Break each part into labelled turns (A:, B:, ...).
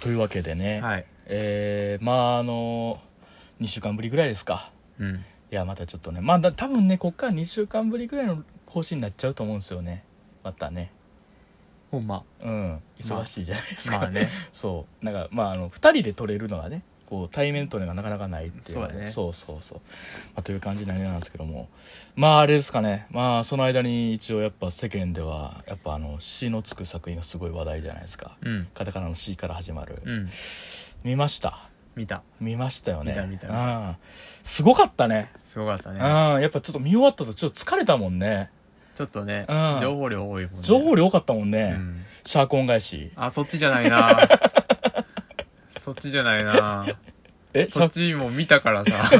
A: というわけでね、
B: はい
A: えーまああの2週間ぶりぐらいですか
B: うん
A: いやまたちょっとねまあだ多分ねこっから2週間ぶりぐらいの更新になっちゃうと思うんですよねまたね
B: ほんま
A: うん忙しいじゃないですか、
B: まあね
A: そうなんかまああの2人で撮れるのがねこう対面で撮るのがなかなかないっていう
B: そうだね
A: そうそうそう、まあ、という感じになりなんですけどもまああれですかねまあその間に一応やっぱ世間ではやっぱあの詩のつく作品がすごい話題じゃないですか
B: うん
A: カタカナの C から始まる、
B: うん
A: 見ました
B: 見た
A: 見ましたよね
B: 見た見た見
A: うんすごかったね
B: すごかった
A: うん
B: ね
A: やっぱちょっと見終わったとちょっと疲れたもんね
B: ちょっとね
A: うん
B: 情報量多いもんね
A: 情報量多かったもん
B: う
A: ね、
B: ん
A: シャーコン返し
B: あそっちじゃな いなそっちじゃないな
A: えシ
B: そ
A: ャ
B: っ
A: ー
B: ちも見たか らさ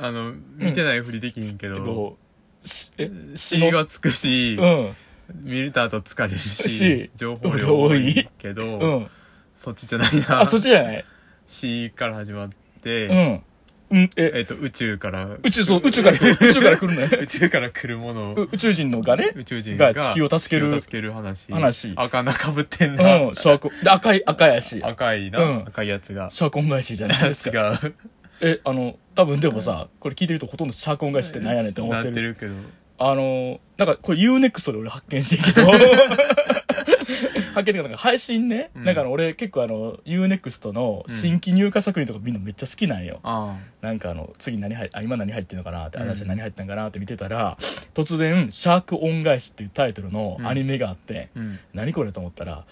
B: あの見てないふりできひんけ
A: コン
B: ど
A: こうしえし
B: 血がつくし
A: うん
B: 見た後疲れる
A: し
B: し情報量多いけど、
A: うん
B: そっちじゃないな
A: あそっちじゃない
B: 詩から始まって、
A: うんうんえ
B: えっと宇宙から
A: 宇宙そう宇宙から来 る宇宙から来るのよ
B: 宇宙から来るもの
A: う宇宙人のがね
B: 宇宙人が
A: が地球を助ける
B: 地球を助ける話
A: 話
B: 赤なかぶってん
A: う
B: な、
A: んシャーコンで赤い赤やし
B: 赤いな、
A: うん
B: 赤いやつが
A: シャーコン返しじゃないです
B: 違
A: か
B: う
A: えあの多分でもさこれ聞いてるとほとんどシャーコン返しってなんやねんって思っ
B: な
A: てる
B: けど
A: あのー、なんかこれ UNEXT で俺発見してん けど発見っていうかなんか配信ね、
B: うん
A: なんかあの俺結構あの UNEXT の新規入荷作品とか見るのめっちゃ好きなんよ、
B: あ
A: なんかあの次何入っあ今何入ってんのかなって
B: うん
A: 話何入ったんかなって見てたら、突然「シャーク恩返し」っていうタイトルのアニメがあって、
B: あうん
A: 何これと思ったら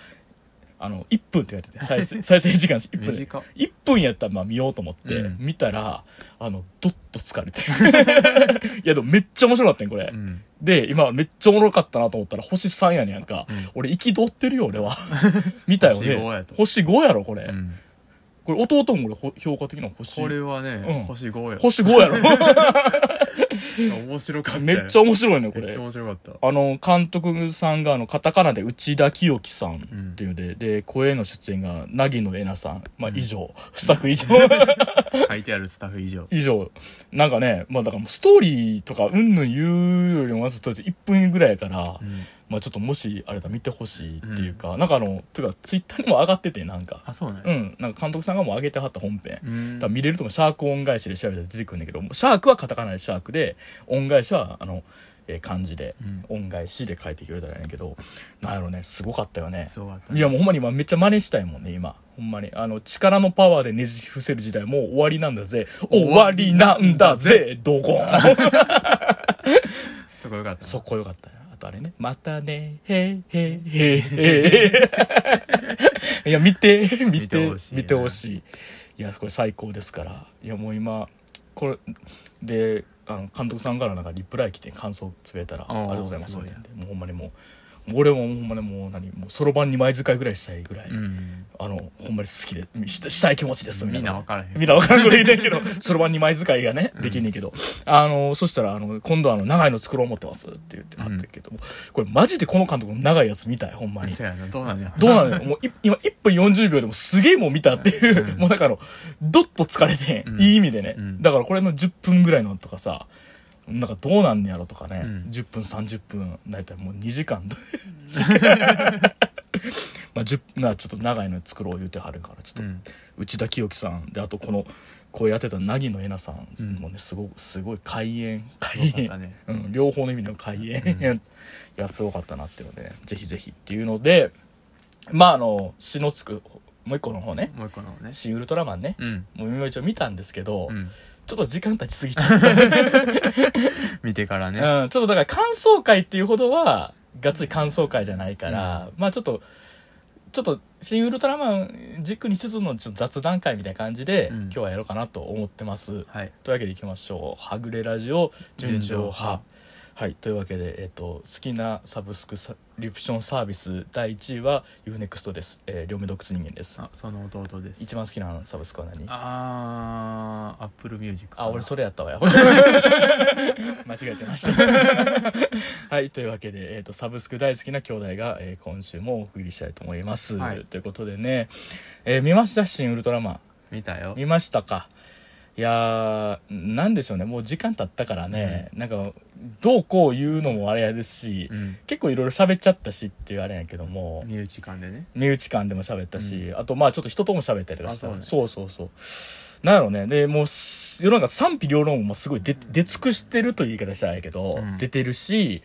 A: あの1分って書いてて再 生再生時間1分で
B: 短っ
A: 1分やったらまあ見ようと思って、
B: うん
A: 見たらあのどっと疲れて いやでもめっちゃ面白かったんこれ、
B: うん
A: で、今めっちゃおもろかったなと思ったら星3やねやんか。
B: うん
A: 俺、憤ってるよ、俺は。 見たよ
B: 星5や
A: ね
B: と。
A: 星5やろ、これ。
B: うん
A: これ、弟も俺、ほ評価的な星。
B: これはね、
A: うん
B: 星5や
A: 星5やろ。
B: 面白かった よ
A: めっちゃ面白いね、こ
B: めっ
A: れ
B: ちゃ。面白かった
A: あの、監督さんが、あの、カタカナで内田清樹さんっていうので、で、声の出演が、凪野えなさん。まあ、
B: うん
A: 以上。スタッフ以 上。
B: 書いてあるスタッフ以上
A: 以上。なんかね、まあ、だからもうストーリーとか、うんぬん言うよりも、まずとりあえず1分ぐらいやから、
B: うん
A: まあ、ちょっともしあれだ見てほしいっていうか、なんかあのていうかツイッターにも上がっててなんか
B: あそうね
A: うんなんか監督さんがもう上げてはった本編、
B: うん
A: 多分見れるともシャーク恩返しで調べたら出てくるんだけどもうシャークはカタカナでシャークで恩返しはあの、えー漢字で、
B: うん
A: 恩返しで書いてくれたらいいんやけどなんやろねすごかったよね
B: そうだった
A: いやもうほんまに今めっちゃ真似したいもんね今ほんまにあの力のパワーでねじ伏せる時代もう終わりなんだぜ終わりなんだぜドゴン
B: そこよかった
A: そこよかったな。あとあれね。またね、へいへいへい へい。いや、見て、見
B: 見て
A: て
B: ほし、いな
A: 見てほしい。いや、これ最高ですから。いや、もう今、これ、で、あの、監督さんからなんかリプライ来て感想つぶえたら、あ
B: あ
A: り
B: ー
A: がとうございます。
B: す
A: み
B: ごい
A: たい
B: な
A: な。もうほんまにもう、俺もほんまにもう何、もうそろばん2枚使いぐらいしたいぐらい。
B: うん
A: あの、ほんまに好きで、したしたい気持ちです、みた
B: み
A: い
B: ん
A: な
B: な。分からへん
A: みんなわからんこと言いたいけど、そろばん2枚使いがね、できんねんけど。あの、そしたら、あの、今度あの、長いの作ろう思ってますって言ってあったけども、これマジでこの監督の長いやつ見たい、ほんまに。
B: そうやなどうなんや
A: どうな のよもうい、今1分40秒でもすげえもう見たっていう、もうだからあの、どっと疲れて、
B: うん
A: いい意味でね、
B: うん
A: だからこれの10分ぐらいのとかさ、なんかどうなんねやろとかね、
B: うん
A: 10分30分、だいたいもう2時間と。 まあ、10まあちょっと長いの作ろう言うてはるから、ちょっと
B: うん
A: 内田清樹さんであとこの声当てた凪野えなさんもね、すごすごい開演開
B: かっ
A: 演
B: た、ね
A: うん、両方の意味の開演、 いやすごかったなっていうので、ぜひぜひっていうのでまああの志のつくもう一個の方ね
B: もう一個のね
A: 「新ウルトラマンね」
B: うん
A: もう今一応見たんですけど、
B: うん
A: ちょっと時間経ちすぎちゃった、
B: 見てからね
A: うん、ちょっとだから感想会っていうほどはがっつり感想会じゃないから、まあちょっとちょっと「新ウルトラマン」軸にしつつのちょっと雑談会みたいな感じで、
B: うん
A: 今日はやろうかなと思ってます。
B: はい
A: というわけでいきましょう「はぐれラジオ純情
B: 純情
A: 派
B: 派」
A: はいというわけで、えっと好きなサブスクサリプションサービス第1位は UNEXT です、えー両目洞窟人間です
B: あその弟です
A: 一番好きなサブスクは何あ
B: あーアップルミュージック
A: 俺そ
B: れ
A: れやったわよ 間違えてました はいというわけで、えっとサブスク大好きな兄弟が、えー今週もお送りしたいと思います、
B: はい
A: ということでね、えー見ました新ウルトラマン
B: 見たよ
A: 見ましたかいやー、なんでしょうね。もう時間経ったからね、なんか、どうこう言うのもあれですし、
B: うん
A: 結構いろいろ喋っちゃったしっていうあれやけども、
B: 身内間でね
A: 身内間でも喋ったし、あとまあちょっと人とも喋ったりとかした
B: あそうね
A: そうそうそうなんやろうねでもうす世の中賛否両論もすごい出出尽くしてるという言い方したらあれやけど、
B: うん
A: 出てるし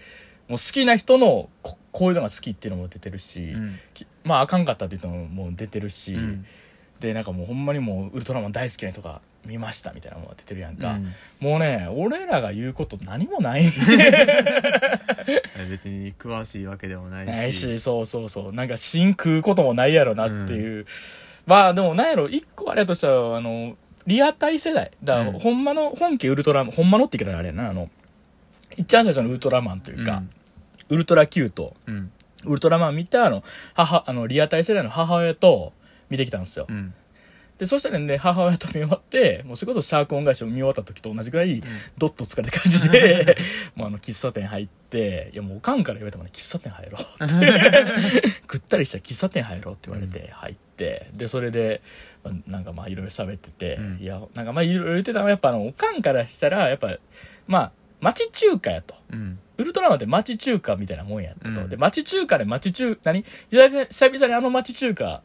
A: もう好きな人のここういうのが好きっていうのも出てるし、
B: うん
A: きまああかんかったっていうのももう出てるし、
B: うん
A: でなんかもうほんまにもうウルトラマン大好きな人が見ましたみたいなのが出てるやんか、
B: うん
A: もうね俺らが言うこと何もない
B: 別に詳しいわけでもないし
A: ないし、そうそうそう。なんか、新食うこともないやろなっていう。まあ、でも、なんやろ、一個あれやとしたら、あの、リアタイ世代。だから、
B: うん
A: ほんまの、本家ウルトラマン、ほんまのって言ったらあれやな、あの、一番最初のウルトラマンというか、ウルトラ Q と、
B: うん
A: ウルトラマン見た、あの、母、あの、リアタイ世代の母親と、見てきたんですよ
B: う。ん
A: で、そしたらね、母親と見終わって、もうそれこそシャーク恩返しを見終わった時と同じぐらい、どっと疲れた感じで、 もうあの、喫茶店入って、いやもうおかんから言われたもんね、喫茶店入ろうって。 ぐったりしたら喫茶店入ろうって言われて、入って、で、それで、まあなんかまあいろいろ喋ってて、
B: うん
A: いや、なんかまあいろいろ言ってたのは、やっぱあの、おかんからしたら、やっぱ、まあ、町中華やと。
B: うん
A: ウルトラマンって町中華みたいなもんやったと。
B: うん
A: で、町中華で町中、何久々久々にあの町中華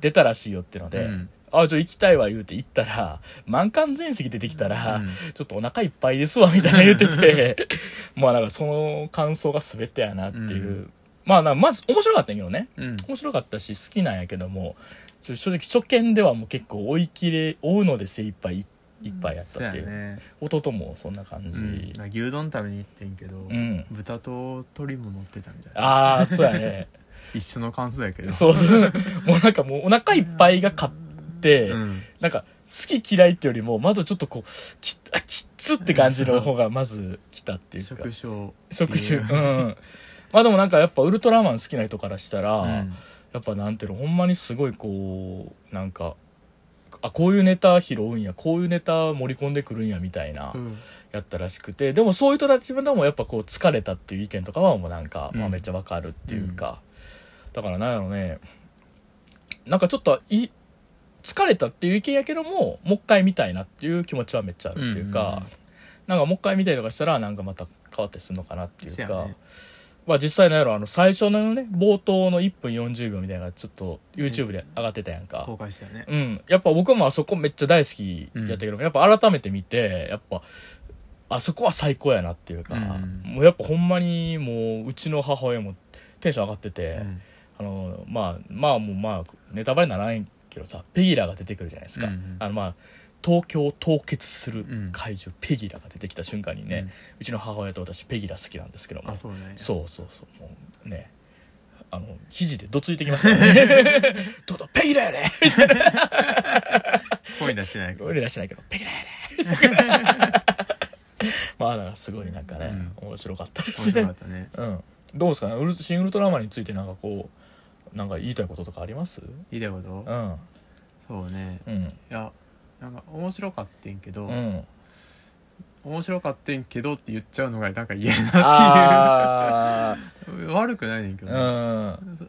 A: 出たらしいよってので、
B: うん
A: あ、じゃあ行きたいわ言うて行ったら、満館全席出てきたら、
B: うん
A: ちょっとお腹いっぱいですわみたいな言って て、まあなんかその感想が全てやなっていう。
B: うん
A: まあなんかまず面白かったんやけどね。
B: うん
A: 面白かったし好きなんやけども、ちょ正直初見ではもう結構追い切れ、追うので精一杯いいっぱいやっ
B: そう
A: たっ
B: や
A: ていう。
B: ね
A: 弟もそんな感じ。
B: うんまあ牛丼食べに行ってんけど
A: ん
B: 豚と鶏も乗ってたみたいな
A: ああ、そうや ね。
B: 一緒の感想やけど
A: そうそう。もうなんかもうお腹いっぱいが買って、
B: うん
A: なんか好き嫌いっていうよりも、まずちょっとこう、きあきっつって感じの方がまず来たっていうか
B: 食。傷
A: 職種。
B: う
A: うんん。まあでもなんかやっぱウルトラマン好きな人からしたら、
B: うん
A: やっぱなんていうの、ほんまにすごいこう、なんか、あ、こういうネタ拾うんや、こういうネタ盛り込んでくるんやみたいな、
B: うん
A: やったらしくて、でもそういう人たちでもやっぱこう疲れたっていう意見とかはもうなんか、
B: うん
A: まあめっちゃわかるっていうか、だからなんやろうね、なんかちょっとい、疲れたっていう意見やけども、もう一回見たいなっていう気持ちはめっちゃあるっていう
B: うんうん
A: か
B: うん、
A: なんかもう一回見たりとかしたらなんかまた変わったりするのかなっていう
B: そうや
A: か、
B: ね
A: まあ実際なんやろあの最初のね冒頭の1分40秒みたいなのがちょっと YouTube で上がってたやんか
B: 後悔したよね
A: うんやっぱ僕もあそこめっちゃ大好きやったけど、やっぱ改めて見てやっぱあそこは最高やなっていうか、
B: うん
A: もうやっぱほんまにもううちの母親もテンション上がってて、
B: うん
A: あのまあまあもうまあネタバレにならないけどさペギラが出てくるじゃないですか、
B: うんうん
A: あのまあ東京を凍結する怪獣ペギラが出てきた瞬間にね、う
B: うん
A: ちの母親と私ペギラ好きなんですけども
B: あそうね
A: そうそうそうもうねあの肘でどついてきましたね どうだペギラやで
B: 声出してな いけど
A: 俺出してないけどペギラやで まあだからすごいなんかね、面白かったで
B: 面
A: す
B: 白か
A: ね
B: ったね
A: うんどうですかねウルシン・ウルトラマンについてなんかこうなんか言いたいこととかあります
B: いいだこと
A: うん
B: そうね
A: うん
B: いやなんか面白かってんけど
A: うん
B: 面白かってんけどって言っちゃうのがなんか嫌やな
A: あ
B: っていう 悪くないねんけどね
A: ー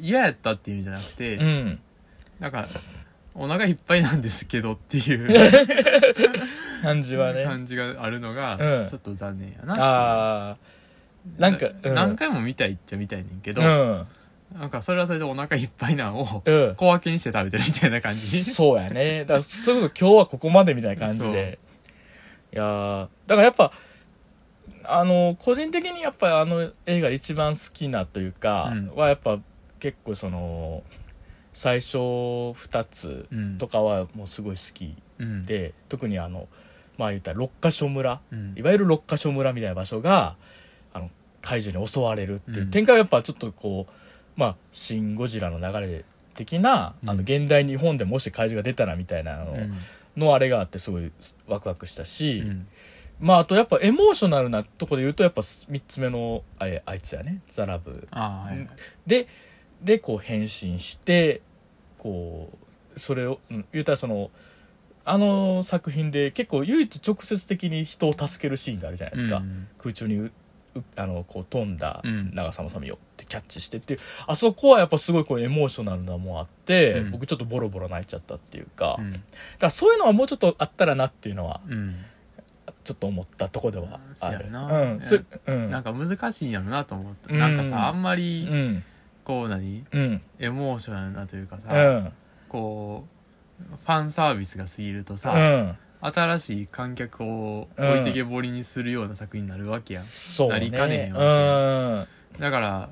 B: 嫌やったっていう意味じゃなくて
A: うんうん
B: なんかお腹いっぱいなんですけどっ ていう
A: 感じはね
B: 感じがあるの
A: うん
B: がちょっと残念やな
A: あーなんかうん
B: 何回も見たいっちゃ見たいねんけど
A: うん
B: なんかそれはそれでお腹いっぱいなんを
A: うん
B: 小分けにして食べてるみたいな感じ
A: そうやね。だから、それこそ今日はここまでみたいな感じで。いやーだからやっぱ、あの、個人的にやっぱあの映画で一番好きなというか、
B: うん
A: はやっぱ結構その、最初二つ
B: うん
A: とかはもうすごい好き
B: うん
A: で、特にあの、まあ言ったら六ヶ所村、
B: うん
A: いわゆる六ヶ所村みたいな場所が、あの、怪獣に襲われるっていう、
B: うん
A: 展開はやっぱちょっとこう、まあ、シン・ゴジラの流れ的な、あ
B: う
A: の、
B: ん
A: 現代日本でもし怪獣が出たらみたいなの、
B: うん
A: のあれがあってすごいワクワクしたし、
B: うん
A: まあ、あとやっぱエモーショナルなとこで言うと、やっぱ三つ目の、あれ、あいつやね、ザ・ラブ。
B: ああはい
A: で、で、こう変身して、こう、それを、うん言うたらその、あの作品で結構唯一直接的に人を助けるシーンがあるじゃないですか。
B: うん
A: 空中にう浮うあのこう飛んだ
B: うん
A: 長さのサメよってキャッチしてっていうあそこはやっぱすごいこうエモーショナルなもんあって、
B: うん
A: 僕ちょっとボロボロ泣いちゃったっていうか,、
B: う
A: だか
B: ん
A: らそういうのはもうちょっとあったらなっていうのは
B: うん
A: ちょっと思ったとこではある
B: そうやな
A: うんそうん
B: なんか難しいんやろなと思った、
A: うん
B: なんかさあんま
A: う
B: り
A: ん
B: こう何
A: うん
B: エモーショナルなというかさ、
A: うん
B: こうファンサービスが過ぎると
A: う
B: さ、
A: ん
B: 新しい観客を置いてけぼりにするような作品になるわけやん、
A: そう
B: なりか
A: ね
B: ねん
A: う
B: わ
A: ん
B: だから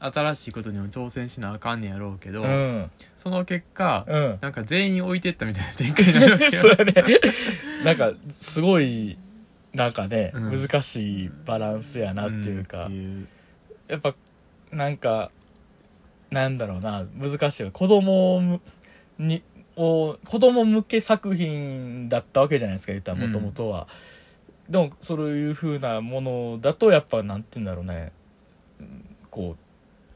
B: 新しいことにも挑戦しなあかんねやろうけど、
A: うん
B: その結果、
A: うん
B: なんか全員置いてったみたいな展開になるわけ
A: そう
B: よ
A: やね。なんか、すごい、なんかね、
B: うん
A: 難しいバランスやなっていうか、
B: んっていう
A: やっぱ、なんか、なんだろうな、難しいよ。子供に、を子供向け作品だったわけじゃないですか、言ったら、
B: う
A: も
B: ん
A: ともとは。でも、そういうふうなものだと、やっぱ、なんて言うんだろうね、こう、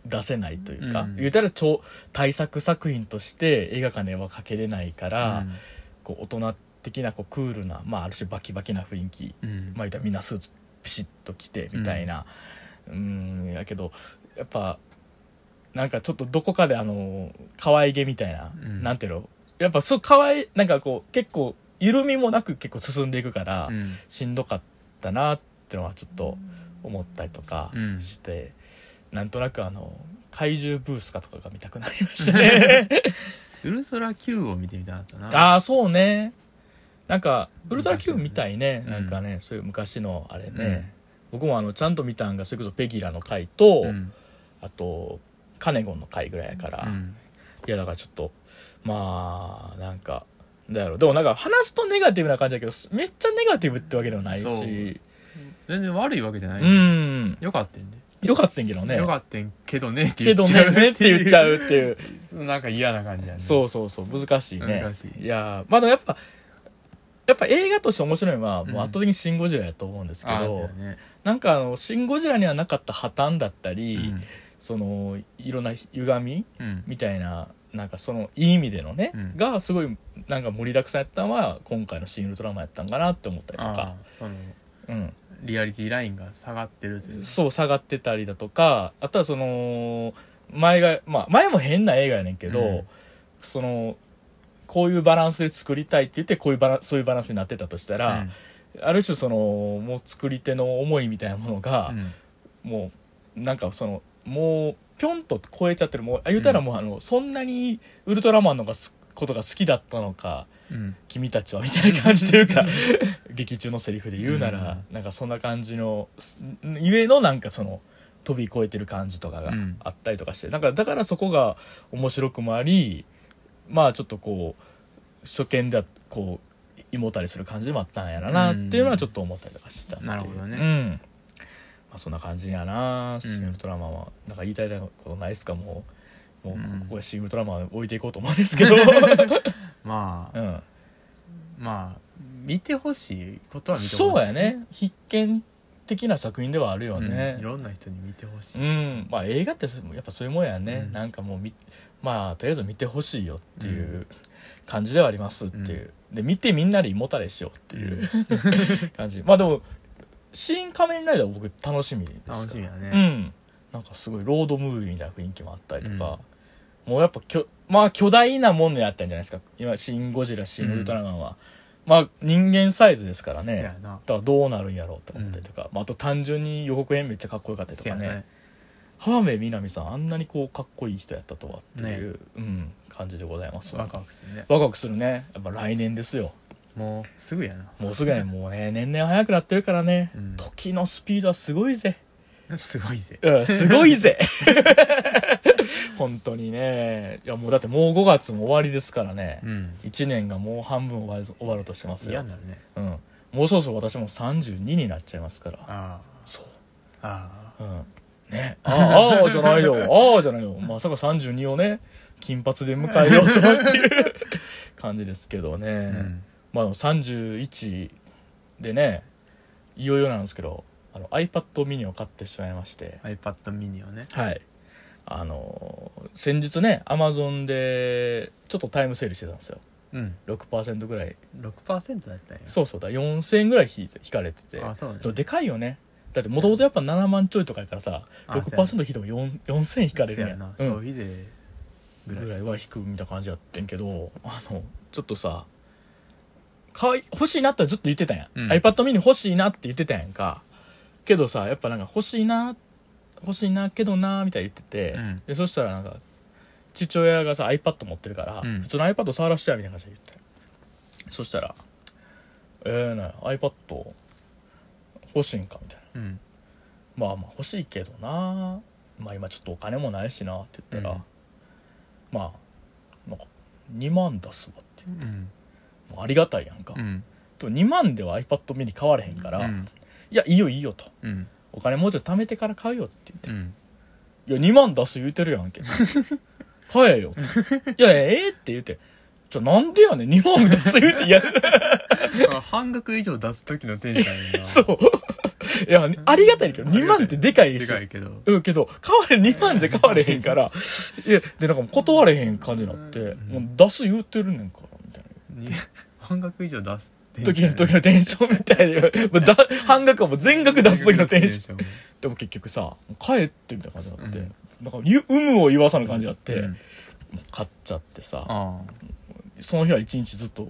A: 出せないというか、
B: うん
A: 言ったら超対策作品として映画館ではかけれないから、こう大人的なこうクールな、まあ、ある種バキバキな雰囲気、
B: うんうん
A: まあ、言ったらみんなスーツピシッと着てみたいなうんやけどやっぱなんかちょっとどこかであの可愛げみたいな、
B: うん
A: なんていうのやっぱそう可愛いなんかこう結構緩みもなく結構進んでいくから、
B: うん
A: しんどかったなってのはちょっと思ったりとか
B: うん
A: して、なんとなくあの怪獣ブースかとかが見たくなりました ね。
B: ウルソラ Q を見てみたかったな
A: ああそうねなんかウルトラ Q みたいね、
B: うん
A: なんかねそういう昔のあれね、僕もあのちゃんと見たんがそれこそペギラの回と、
B: うん
A: あとカネゴンの回ぐらいやから、
B: うん
A: いやだからちょっとまあなんかなんだろうでもなんか話すとネガティブな感じだけどめっちゃネガティブってわけではない
B: そう
A: し
B: 全然悪いわけじゃな
A: う
B: い、
A: ん
B: よかったんで、
A: よかったんけどね
B: よかったんけどねっ
A: け
B: て言っ
A: ど
B: ちゃう
A: ねって言っちゃうっていう
B: うなんか嫌な感じやね
A: そうそうそう難しいね
B: 難しい
A: やーまあでもやっぱやっぱ映画として面白いのは、もう圧
B: うん
A: 倒的に「シン・ゴジラ」やと思うんですけ
B: あーそう
A: ど
B: やね
A: なんかあの「シン・ゴジラ」にはなかった破綻だったり、
B: うん
A: そのいろんな歪み
B: うん
A: みたいななんかそのいい意味でのね、
B: うん
A: がすごいなんか盛りだくさんやったのは今回の「シン・ウルトラマン」やったんかなって思ったりと
B: あ
A: か、
B: ーその
A: うん、
B: リアリティラインが下がってるという
A: そう下がってたりだとかあとはその前が、まあ、前も変な映画やねんけど、
B: うん
A: そのこういうバランスで作りたいって言ってこういうバランそういうバランスになってたとしたら、ある種そのもう作り手の思いみたいなもの
B: う
A: が
B: ん、うん
A: もうなんかそのもうぴょんと超えちゃってるもうあ言うたらもうあの、そんなにウルトラマンのがすことが好きだったのか
B: うん
A: 君たちはみたいな感じというか劇中のセリフで言うなら、なんかそんな感じのすゆえのなんかその飛び越えてる感じとかが
B: うん
A: あったりとかして、なんかだからそこが面白くもありまあちょっとこう初見ではこう胃もたれする感じでもあったんやらなっていうのはちょっと思ったりとかしたっていう
B: なるほどね
A: うんまあ、そんな感じやな「シン・
B: うん
A: ウルトラマンは」なんか言いたいことないですかもうもう
B: うん
A: ここで「シン・ウルトラマン」置いていこうと思うんですけ ど、
B: まあ、
A: うん、
B: まあ見てほしいことは見てほしい
A: そうやね必見的な作品ではあるよ
B: う
A: ね
B: んいろんな人に見てほし
A: う
B: い、
A: ん、まあ映画ってやっぱそういうもんやね、
B: うん
A: なんかもうみまあとりあえず見てほしいよっていう感じではありますっていう、で見てみんなで胃もたれしようっていう、 感じまあでも「新仮面ライダー」は僕楽しみですから
B: 楽しみだ
A: う
B: ね、
A: ん、なんかすごいロードムービーみたいな雰囲気もあったりとか、もうやっぱきょ、まあ、巨大なものやったんじゃないですか今「シン・ゴジラ」「シン・ウルトラマンは」まあ人間サイズですから
B: せ
A: ね
B: やな
A: だからどうなるんやろうと思ったりとか、まあ、あと単純に予告編めっちゃかっこよかったりと
B: せ
A: か
B: や
A: ね
B: ね
A: 浜辺美波さんあんなにこうかっこいい人やったとはっていう、うん、感じでございますわ
B: ワクワクするね
A: ワクワクするねやっぱ来年ですよ
B: もうすぐやな
A: もうすぐやねもうね年々早くなってるからね、
B: うん
A: 時のスピードはすごいぜ
B: すごいぜ
A: うん、すごいぜ 本当にねいやもうだってもう5月も終わりですからね、
B: うん
A: 一1年がもう半分終わる終わろうとしてます
B: 嫌
A: よ
B: に、なるね
A: うん、もうそろそろ私も32になっちゃいますから
B: あ
A: そ
B: ああ
A: ううんねああああじゃないよああじゃないよまさか32をね金髪で迎えようとはっていう感じですけどね、
B: あうん
A: まあでも31でねいよいよなんですけどあの iPad mini を買ってしまいまして、
B: iPad mini をね
A: はい。あのー先日ね、アマゾンで、ちょっとタイムセールしてたんですよ。
B: うん
A: 6%ぐらい。
B: 6%だったんや
A: そうそうだ、4000円ぐらい引いて引かれてて。
B: あそうね
A: でもでかいよね。だってもともとやっぱ7万ちょいとかやからさ
B: あ
A: 6%引いても4 4000引かれる
B: せ
A: ん
B: や
A: や
B: な
A: うん
B: 消費税ぐらい
A: ぐらいは引くみたいな感じやってんけどあのちょっとさかわい欲しいなってずっと言ってたんや、
B: うん
A: iPad mini 欲しいなって言ってたやんかけどさやっぱなんか欲しいな欲しいなけどなみたいな言ってて、
B: うん
A: でそしたらなんか父親がさ iPad 持ってるから、
B: うん
A: 普通の iPad 触らせてやみたいな感じで言ってそしたら「ええー、な iPad 欲しいんか」みたいな
B: うん
A: 「まあまあ欲しいけどなまあ今ちょっとお金もないしな」って言ったら、
B: うん
A: まあなんか2万出すわって
B: うん
A: もうありがたいやんか、
B: うん
A: と2万では iPad ミニ買われへんから、
B: う
A: い
B: ん
A: やいいよいいよと
B: うん
A: お金もうちょい貯めてから買うよって言って、
B: うん
A: いや2万出す言うてるやんけ 買えよっていやいやええって言ってじゃなんでやねん2万出す言うていや
B: あ半額以上出す時のテンションや な
A: そういやありがたいけど2万ってでかい
B: で
A: し
B: かいけど
A: うん、けど、買われ、2万じゃ買われへん から、いや、で、なんかもう断れへん感じになって、もう出す言うてるねんから、みたいな。
B: に半額以上出すテンシ
A: 時
B: ョ
A: の
B: ン
A: 時のテンションみたいで、もうだ半額はもう全額出す時のテンション。
B: ョン
A: でも結局さ、もう帰ってみたいな感じになって、
B: うん
A: なんかゆ、有無を言わさぬ感じになって、
B: うん
A: もう買っちゃってさ、
B: あ
A: その日は一日ずっと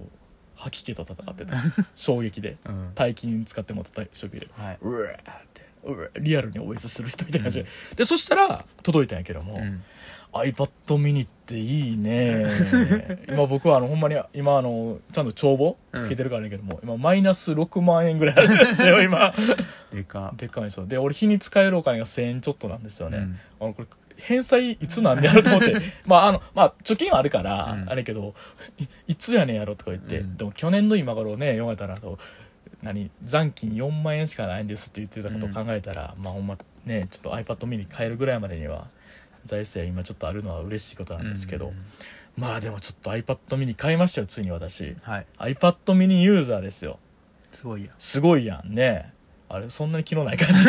A: 吐き気と戦って た。衝撃で。
B: あうん
A: 大金使ってもらった衝撃で。
B: はいう
A: わーって、うわーリアルに応援する人みたいな感じで。で、そしたら、届いたんやけども、
B: うん
A: iPad mini っていいね今僕はあのほんまに今あのちゃんと帳簿つけてるからねけども、今マイナス6万円ぐらいあるんですよ今
B: でか
A: でかいんですよで俺日に使えるお金が1000円ちょっとなんですよね、
B: うん
A: あのこれ返済いつなんやろうと思 ってまああのまあ貯金はあるから、
B: うん
A: あれやけどいいつやねんやろとか言って、
B: うん
A: でも去年の今頃ね読めたらあの何残金4万円しかないんですって言ってたことを考えたら、まあほんまねちょっと iPad mini 買えるぐらいまでには財政今ちょっとあるのは嬉しいことなんですけど、
B: うん
A: まあでもちょっと iPad mini 買いましたよついに私
B: はい
A: iPad mini ユーザーですよ
B: すごいや
A: すごいやんねあれそんなに気のない感 じい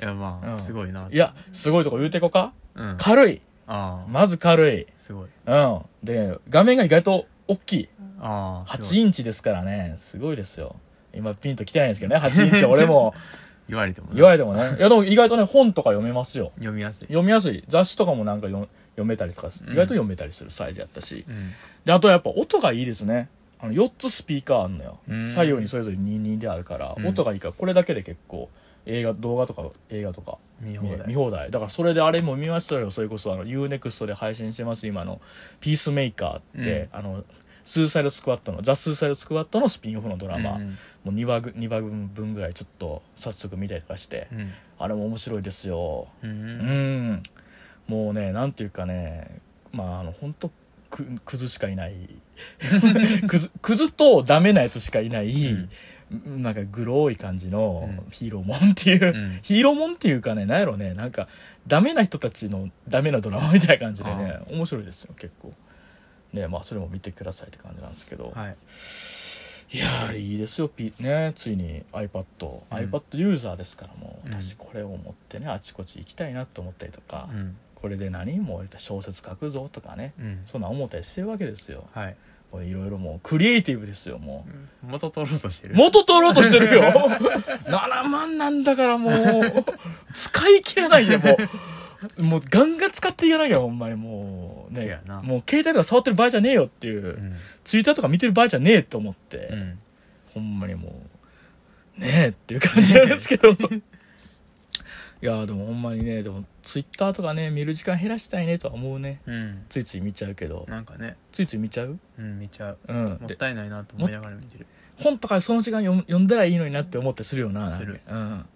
B: いやま
A: う
B: あ
A: ん
B: すごいない
A: やすごいとこ言うてこか
B: うんあ
A: 軽い
B: あ
A: まず軽い
B: すごい
A: うん。で、画面が意外と大きい。
B: ああ
A: 8インチですからね。すごいですよ。今ピンと来てないんですけどね。8インチは俺も
B: 言われてもな
A: 言われてもね。いやでも意外とね、本とか読めますよ。
B: 読みやすい
A: 読みやすい。雑誌とかもなんか読読めたりとか、意
B: う
A: 外
B: ん
A: と読めたりするサイズやったし。
B: うん
A: で、あとはやっぱ音がいいですね。あの、4つスピーカーあんのよ
B: う。ん
A: 左右にそれぞれ22であるから、
B: うん
A: 音がいいから、これだけで結構、映画、動画とか映画とか
B: 見
A: 見
B: 放
A: れ見
B: 題
A: 放題だからそれであれも見ましたよそれこそあの UNEXT で配信してます今の「ピースメーカー」って、あのスーサイドスクワットのザ・スーサイドスクワットのスピンオフのドラマ、
B: うん
A: もう2話ぐ2話分ぐらいちょっと早速見たりとかして、
B: うん
A: あれも面白いですよ
B: う
A: うんんもうねなんていうかねまああの本当くクズしかいない クズクズとダメなやつしかいない、なんかグローい感じの
B: うん
A: ヒーローもんっていう、
B: うん
A: ヒーローもんっていうかね、なんやろね、なんか、ダメな人たちのダメなドラマみたいな感じでね、面白いですよ、結構。ね、まあ、それも見てくださいって感じなんですけど。
B: はい
A: い、やー、いいですよ、ピね、ついに iPad、iPad ユーザーですから、もう、
B: うん
A: 私これを持ってね、あちこち行きたいなと思ったりとか、
B: うん
A: これで何もう小説書くぞとかね、
B: うん
A: そんなん思ったりしてるわけですよ。
B: はい
A: もういろいろもう、クリエイティブですよ、もう。
B: 元取ろうとしてる
A: 元取ろうとしてるよ7万 なんだからもう使い切れないよもうもうガンガン使っていかなきゃほんまにもう
B: せ
A: ね
B: やな
A: もう携帯とか触ってる場合じゃねえよっていう、
B: うん
A: ツイッターとか見てる場合じゃねえと思って、
B: うん
A: ほんまにもうねえっていう感じなんですけどいやでもほんまにねでもツイッターとかね見る時間減らしたいねとは思うね
B: うん
A: ついつい見ちゃうけど
B: なんかね
A: ついつい見ちゃう
B: うん見ちゃう
A: うん
B: もっ
A: で
B: たいないなと思いながら見てる
A: 本とかその時間読む読んだらいいのになって思ってするよな
B: する
A: うん、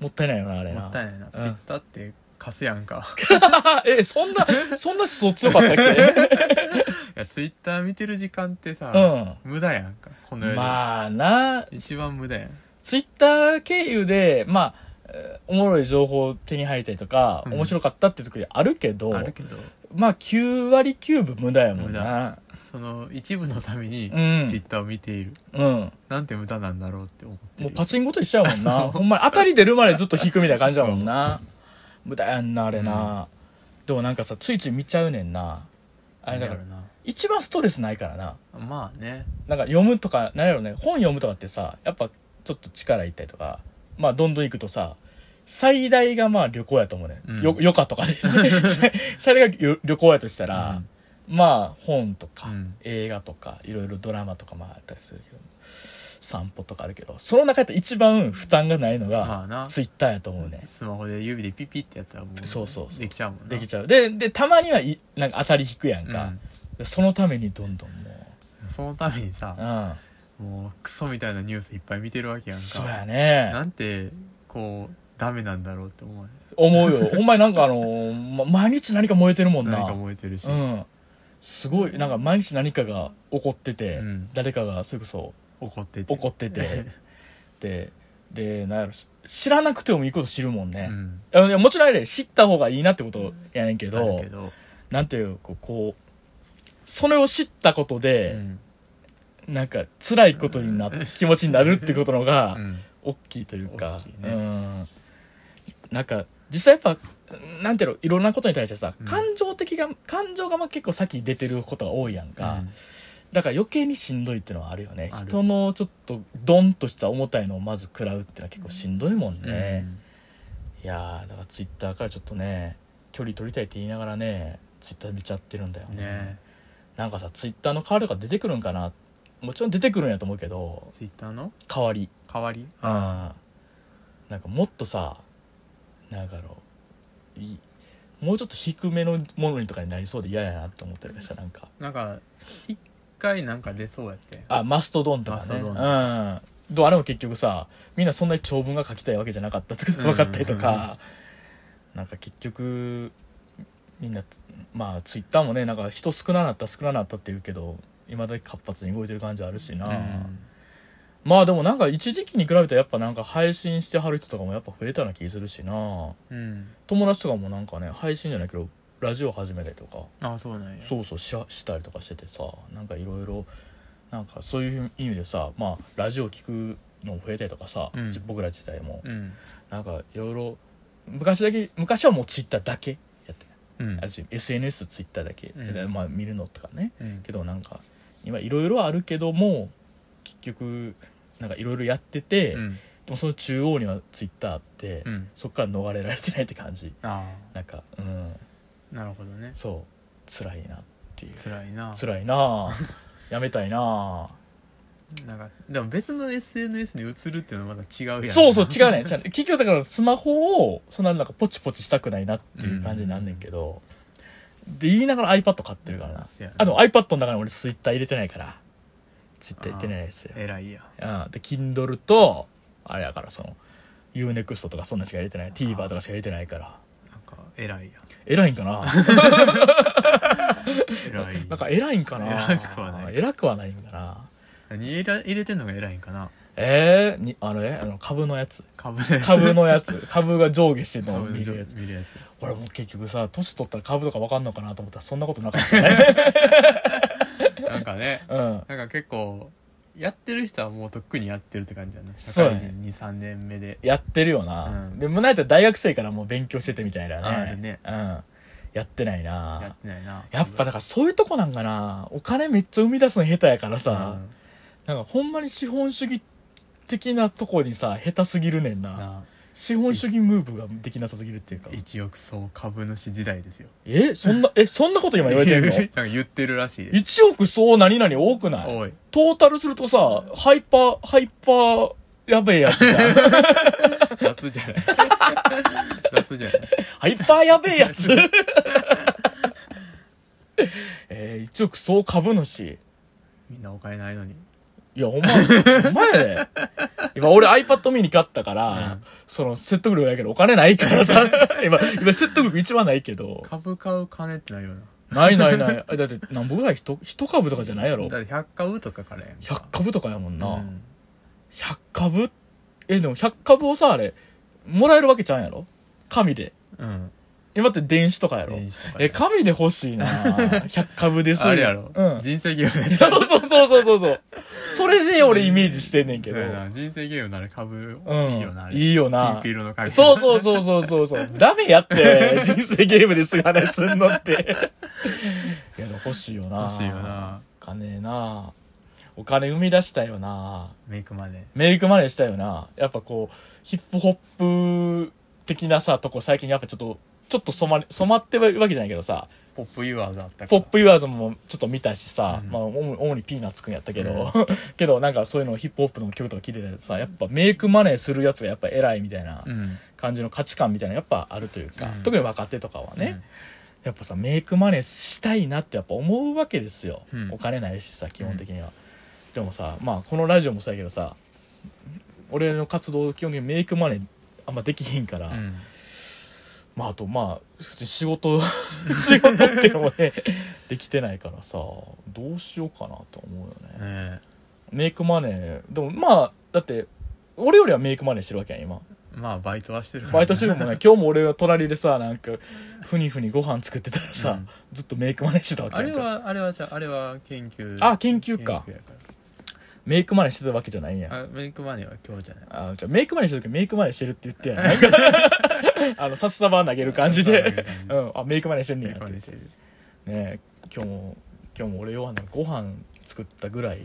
A: もったいないよなあれな
B: もったいないなツイッターって貸すやんか
A: えそんなそんな思想強かった っけ
B: いやツイッター見てる時間ってさ
A: うん
B: 無駄やんかこの世で
A: まあな
B: 一番無駄やん
A: ツイッター経由でまあえーおもろい情報を手に入ったりとか、
B: うん
A: 面白かったっていう時あるけど
B: あるけど
A: まあ9割9分無駄やもんな
B: その一部のためにツ
A: う
B: イ
A: ん
B: ッターを見ている
A: うん
B: なんて無駄なんだろうって思ってる
A: もうパチンコと一緒やもん なほんまに当たり出るまでずっと引くみたいな感じやもんな無駄やんなあれな、でもなんかさついつい見ちゃうねんなあれだから
B: なんや
A: 一番ストレスないからな
B: ろなまあね
A: なんか読むとかなんやろね本読むとかってさやっぱちょっと力いったりとかまあ、どんどん行くとさ、最大がまあ旅行やと思うね。
B: うん
A: よ、余暇とかで、 最最大が旅旅行やとしたら、まあ、本とか、
B: うん
A: 映画とか、いろいろドラマとかまああったりするけど、散歩とかあるけど、その中で一番負担がないの
B: まあ
A: が、
B: な
A: ツイッターやと思うね。
B: スマホで指でピピってやったらもう
A: そうそうそう
B: できちゃうもんな
A: できちゃう。で、で、たまにはい、なんか当たり引くやんか。
B: う
A: でそのためにどんどんもう。
B: んそのために
A: う
B: さ
A: ん。
B: もうクソみたいなニュースいっぱい見てるわけやんか
A: そうやね。
B: なんてこうダメなんだろうって思うね
A: 思うよ。 ほんまになんかあのーま毎日何か燃えてるもんな。
B: 何か燃えてるし
A: うん。すごい、なんか毎日何かが起こってて、
B: うん
A: 誰かがそれこそ
B: 怒ってて
A: 怒ってて、で、で、なんやろ、し知らなくてもいいこと知るもん
B: う
A: ね。
B: ん
A: あのいやもちろんあれ、知った方がいいなってことやねんけ
B: ある
A: ど、
B: けど
A: なんていうか、こう、それを知ったことで、
B: うん
A: なんか辛いことにな、気持ちになるってことのが、
B: うん
A: 大きいというか、
B: 大きいね
A: うんなんか実際やっぱなんていうのいろんなことに対してさ、
B: うん
A: 感情的が感情がまあ結構先に出てることが多いやんか、
B: うん
A: だから余計にしんどいっていうのはあるよね
B: ある
A: 人のちょっとドンとした重たいのをまず食らうっていうのは結構しんどいもんね、いやーだからツイッターからちょっとね距離取りたいって言いながらねツイッター見ちゃってるんだよ
B: うんね
A: なんかさツイッターの代わりとか出てくるんかなもちろん出てくるんやと思うけど
B: ツイッターの
A: 代わり
B: 代わり
A: あーなんかもっとさなんだろういもうちょっと低めのものにとかになりそうで嫌やなって思ったりとかしたなんか
B: なんか一回なんか出そうやって
A: あマストドンとかね
B: マストドン
A: うんどうあれも結局さみんなそんなに長文が書きたいわけじゃなかったってことが分かったりと
B: うんうんうん
A: かなんか結局みんなつまあツイッターもねなんか人少ななった少ななったって言うけどいまだに活発に動いてる感じはあるしな、
B: うん
A: まあでもなんか一時期に比べたらやっぱなんか配信してはる人とかもやっぱ増えたような気するしな
B: うん
A: 友達とかもなんかね配信じゃないけどラジオ始めたりとか
B: あそうなんや
A: そうそうしはしたりとかしててさなんかいろいろなんかそういう意味でさまあラジオ聞くのも増えたりとかさ、
B: うん
A: じ僕ら自体も
B: うん
A: なんかいろいろ昔だけ昔はもうツイッターだけやって
B: うん
A: あるし SNS ツイッターだけ、
B: うん
A: まあ見るのとかね
B: うん
A: けどなんか今いろいろあるけども結局なんかいろいろやってて、
B: うん
A: でもその中央にはツイッターあって、
B: うん
A: そっから逃れられてないって感じ
B: あ
A: なんかうん
B: あなるほどね
A: そう辛いなっていう
B: 辛いな
A: 辛い なあやめたいなあ
B: なんかでも別の SNS に移るっていうのはまだ違うやん
A: そうそう違うねじゃあ結局だからスマホをそんななんかポチポチしたくないなっていう感じになんねんけど、で言いながら iPad 買ってるからな
B: そうやな
A: あと iPad の中に俺ツイッター入れてないからツイッター入れてないですよ
B: 偉いや
A: うん、で Kindle とあれやからその UNEXT とかそんなんしか入れてない TVer とかしか入れてないから
B: なんか偉いや
A: 偉いんかな
B: 偉い
A: なんか偉いんかな
B: 偉くはない
A: 偉くはないんかな
B: 何入れ入れてんのが偉いんかな
A: えー、にあれあの株のやつ
B: 株で
A: 株のや つ株が上下してるのを
B: 株で
A: 見るやつ
B: 見るやつ
A: 俺もう結局さ年取ったら株とか分かんのかなと思ったらそんなことなかった ね
B: なんかね
A: うん
B: なんか結構やってる人はもうとっくにやってるって感じやな
A: そ
B: 社
A: うや
B: 会
A: ね
B: 人23年目で
A: やってるよな、
B: うん
A: でもなんやったら大学生からもう勉強しててみたいなね
B: あるね
A: うん、やってないな
B: やってないな
A: やっぱだからそういうとこなんかなお金めっちゃ生み出すの下手やからさ、
B: うん
A: なんかほんまに資本主義的なとこにさ下手すぎるねんな
B: な
A: 資本主義ムーブができなさすぎるっていうか
B: 一億総株主時代ですよ
A: えそんなえそんなこと今言われてるの
B: なんか言ってるらしいです
A: 1億そう何々多くない
B: おい
A: トータルするとさハイパーハイパーやべえや つじゃん
B: 雑じゃない雑じゃない
A: ハイパーやべえやつ えー、1億総株主
B: みんなお金ないのに
A: いや、ほんま、ほんまやで。今、俺 iPad mini 買ったから、
B: うん
A: その、説得力ないけど、お金ないから さ、今、今説得力一番ないけど、
B: 株買う金ってないよな
A: ないないない。あだって、何本ぐらい一、一株とかじゃないやろ。
B: だって100株とかからやんか
A: 100株とかやもんな。
B: うん
A: 100株え、でも100株をさ、あれ、もらえるわけちゃうんやろ紙で。
B: うん
A: 今って電子とかやろ。
B: 電子とか
A: え、紙で欲しいな100株です。
B: あれやろ、
A: うん。
B: 人生ゲームや
A: そうそうそうそうそうそう。それで俺イメージしてんねんけど
B: そう。やな人生ゲームなら株、
A: うん。
B: いいよなあれ
A: いいよな。
B: ピンク色の株
A: そうそうそうそうそうそう。ダメや って、人生ゲームです話すんのって。いや、でも欲しいよな。
B: 欲しいよな
A: 金な。お金生み出したよな
B: メイクまで
A: メイクマネーしたよなやっぱこうヒップホップ的なさとこ最近やっぱちょっとちょっと染まり染まってるわけじゃないけどさ
B: ポップイワーがあったから
A: ポップイワーズもちょっと見たしさ、
B: うん
A: まあ主主にピーナッツくんやったけど、 けどなんかそういうのをヒップホップの曲とか聞いててさやっぱメイクマネーするやつがやっぱ偉いみたいな
B: うん
A: 感じの価値観みたいなのやっぱあるというか、
B: うん
A: 特に若手とかはね、やっぱさメイクマネーしたいなってやっぱ思うわけですよ、
B: うん
A: お金ないしさ基本的には、でもさまあこのラジオもそうやけどさ俺の活動基本的にメイクマネーあんまできひんから、
B: うん
A: まああとまあ普通に仕事 仕事っていうのもねできてないからさどうしようかなと思うよね、
B: ね
A: メイクマネーでもまあだって俺よりはメイクマネーしてるわけやん今
B: まあバイトはしてる
A: バイトして
B: る
A: るもん ね今日も俺は隣でさなんかふにふにご飯作ってたらさ、
B: うん
A: ずっとメイクマネーしてたわけ
B: あ
A: やん
B: れ
A: か
B: はあれはじゃああれは研究
A: あ研究か
B: 研やか
A: メイクマネしてたわけじゃないんや。
B: らあメイクマネーは今日じゃない
A: あじゃあメイクマネしてる時メイクマネしてるって言ってやなんか あの、さすさば投げる感じで。うん、あ、メイクマネしてんね
B: メ
A: や
B: イ
A: って
B: クマ
A: 言っ。
B: ネーして て
A: ね
B: る
A: え今日も、今日も俺よ、あの、ご飯作ったぐらい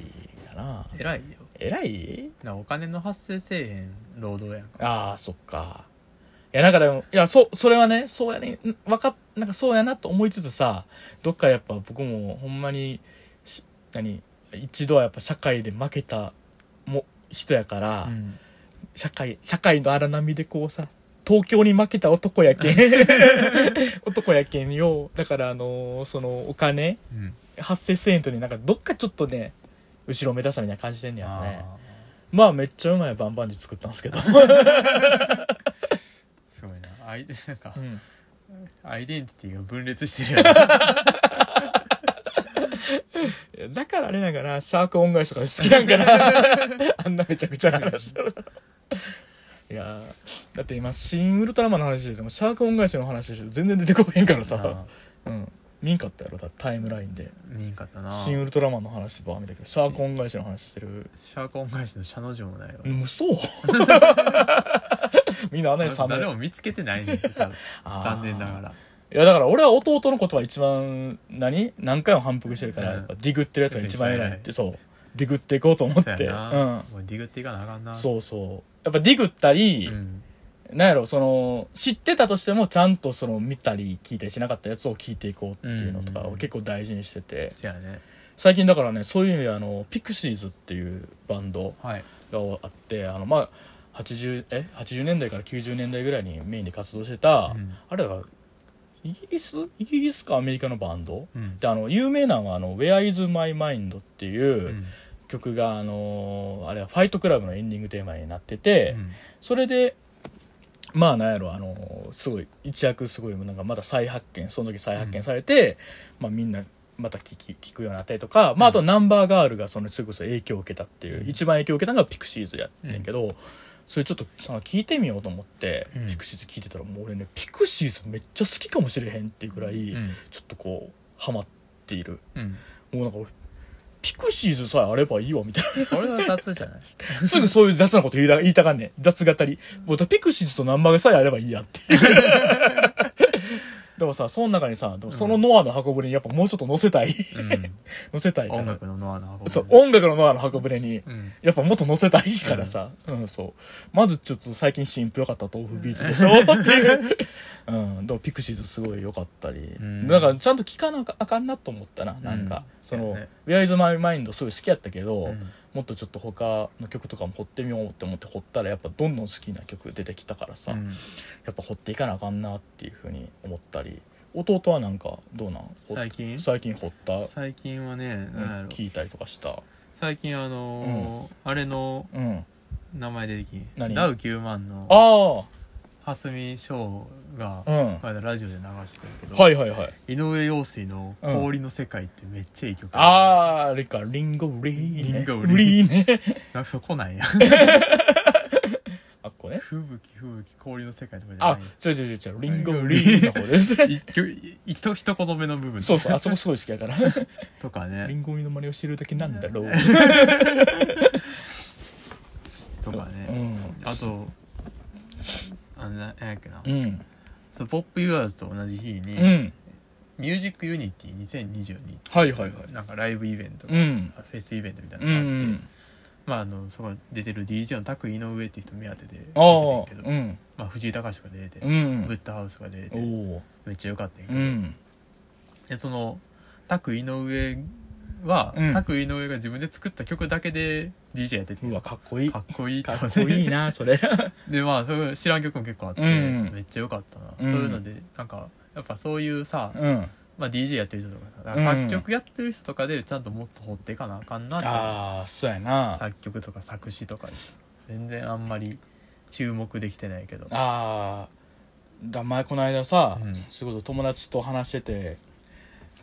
A: やな。
B: 偉いよ
A: 偉い
B: なお金の発生せえへん労働やん
A: ああ、そっか。いや、なんかでも、いや、そ、それはね、そうやね、んわかっ、なんかそうやなと思いつつさ、どっかやっぱ僕もほんまに、し何、一度はやっぱ社会で負けた、も、人やから、
B: うん
A: 社会、社会の荒波でこうさ、東京に負けた男やけん。男やけんよ。だからあのーそのお金、
B: うん
A: 発生せんとになんかどっかちょっとね、後ろ目指したみたいな感じでんねやろね。
B: あ
A: まあめっちゃうまいバンバンジー作ったんですけど。
B: ーすごいなアイ なんか
A: うん
B: アイデンティティが分裂してる やん
A: だからあれなんかな、シャーク恩返しとか好きなんかな。あんなめちゃくちゃな話したら。いやーだって今、新ウルトラマンの話でも、シャーク恩返しの話して全然出てこへんからさ
B: あ。
A: うん。見んかったやろ、だってタイムラインで。
B: ー見んかったなシ
A: 新ウルトラマンの話ばー見たけどシャーク恩返しの話してる
B: ャーク恩返しの社の字もないわ
A: うん 嘘みんなあんなに
B: まず
A: 寒
B: 誰
A: い
B: も見つけてないねん多 分残念なが
A: い
B: ら
A: やだから俺は弟のことは一番何何回も反復してるから
B: うん
A: やっぱディグってるやつが一番偉いってそうディグっていこうと思っ
B: そう
A: て
B: やなもうディグっていかなあかん
A: う
B: なん
A: そうそうやっぱディグったり、
B: うん
A: なんやろその知ってたとしてもちゃんとその見たり聞いたりしなかったやつを聞いていこうっていうのとかを結構大事にしてて
B: せやね
A: 最近だからねそういう意味であのピクシーズっていうバンド
B: はい
A: があってあのまあ 80, え80年代から90年代ぐらいにメインで活動してた、
B: うん
A: あれだからイギリスイギリスかアメリカのバンド
B: うん
A: であの有名なのはあの「Where is my mind」って
B: う
A: いうん曲が、あのーあれは「ファイトクラブ」のエンディングテーマになってて、
B: うん
A: それでまあなんやろあのーすごい一躍すごいなんかまた再発見その時再発見されて、まあみんなまた聞き聞くようになったりとか、まあ、あとナンバーガールがそのそれこそ影響を受けたっていう、
B: うん
A: 一番影響を受けたのがピクシーズやってんけど、それちょっとその聞いてみようと思って、
B: うん
A: ピクシーズ聞いてたらもう俺ねピクシーズめっちゃ好きかもしれへんっていうぐらい、
B: うん
A: ちょっとこうハマっている
B: うん
A: もうなんか俺ピクシーズさえあればいいわみたいな
B: それは雑じゃない
A: すぐそういう雑なこと言いた言いたがんねん。雑語り。もうだピクシーズとナンバーがさえあればいいや っていう。でもさ、その中にさ、でもそのノアの箱舟にやっぱもうちょっと乗せ たい。
B: うん
A: 乗せたいか
B: 音
A: ら。
B: 楽のノアの箱
A: そう、音楽のノアの箱舟に。
B: うん
A: やっぱもっと乗せたいからさ、うん、そう。まずちょっと最近新譜良かった豆腐ビーチ でしょっていう。うん、でもピクシーズすごい良かったり、
B: うん
A: なんかちゃんと聞かなあかんなと思ったな、なんか、その、
B: そうやね
A: Where is my mind すごい好きやったけど、
B: うん
A: もっとちょっと他の曲とかも掘ってみようって思って掘ったらやっぱどんどん好きな曲出てきたからさ、
B: うん
A: やっぱ掘っていかなあかんなっていうふうに思ったり弟はなんかどうなんほ
B: 最近
A: 最近掘った、
B: 最近はね
A: うん
B: なんやろ
A: 聞いたりとかした
B: 最近あのーあれの
A: うん
B: 名前出てき
A: 何
B: んダウ9万の
A: あ
B: 蓮見翔が
A: あうん
B: この間ラジオで流してたけど、
A: はいはいはい
B: 井上陽水の「氷の世界」ってめっちゃいい曲
A: あーあれかリンゴリーね
B: リンゴリ
A: ーね
B: なんかそこなんや
A: あっこね
B: 吹雪吹雪氷の世界とかじゃ
A: あ
B: ない
A: 違う違う違う違うリンゴリーの方です
B: 一曲一と一言目の部分
A: そうそうあそこすごい好きやから
B: と か
A: リ
B: ね
A: ンゴリの真似をしてるだけなんだろう、
B: とか
A: う
B: ね
A: ん、
B: あとあのななんやっけな
A: うん
B: そうポップ・ユアーズと同じ日に、
A: うん
B: ミュージックユニティ2022
A: はいはいはい
B: なんかライブイベント、
A: うん
B: フェスイベントみたいな
A: う
B: のがあって、
A: ん
B: まああのそこに出てる DJ の拓井上っていう人目当てで出て
A: ああ
B: んけど、
A: うん
B: まあ、藤井隆とか出てて、
A: うん
B: ブッダハウスが出て
A: お
B: て
A: お
B: めっちゃ良かったんやけ
A: う
B: ど、
A: ん
B: でその拓井上は
A: うん
B: 拓井上が自分で作った曲だけで DJ やってて
A: うわかっこいい
B: か
A: か
B: っこいいと思
A: ってこいいなそれ
B: でまあそういう知らん曲も結構あって、
A: うん
B: めっちゃ良かったな、
A: うん
B: そういうのでなんかやっぱそういうさ、
A: うん
B: まあ、DJ やってる人とかさだか
A: う
B: ら
A: ん
B: 作曲やってる人とかでちゃんともっと掘っていかなあかんなって、
A: ああそうやな
B: 作曲とか作詞とか全然あんまり注目できてないけど
A: ああだ前この間さ、
B: うん
A: それこそ友達と話してて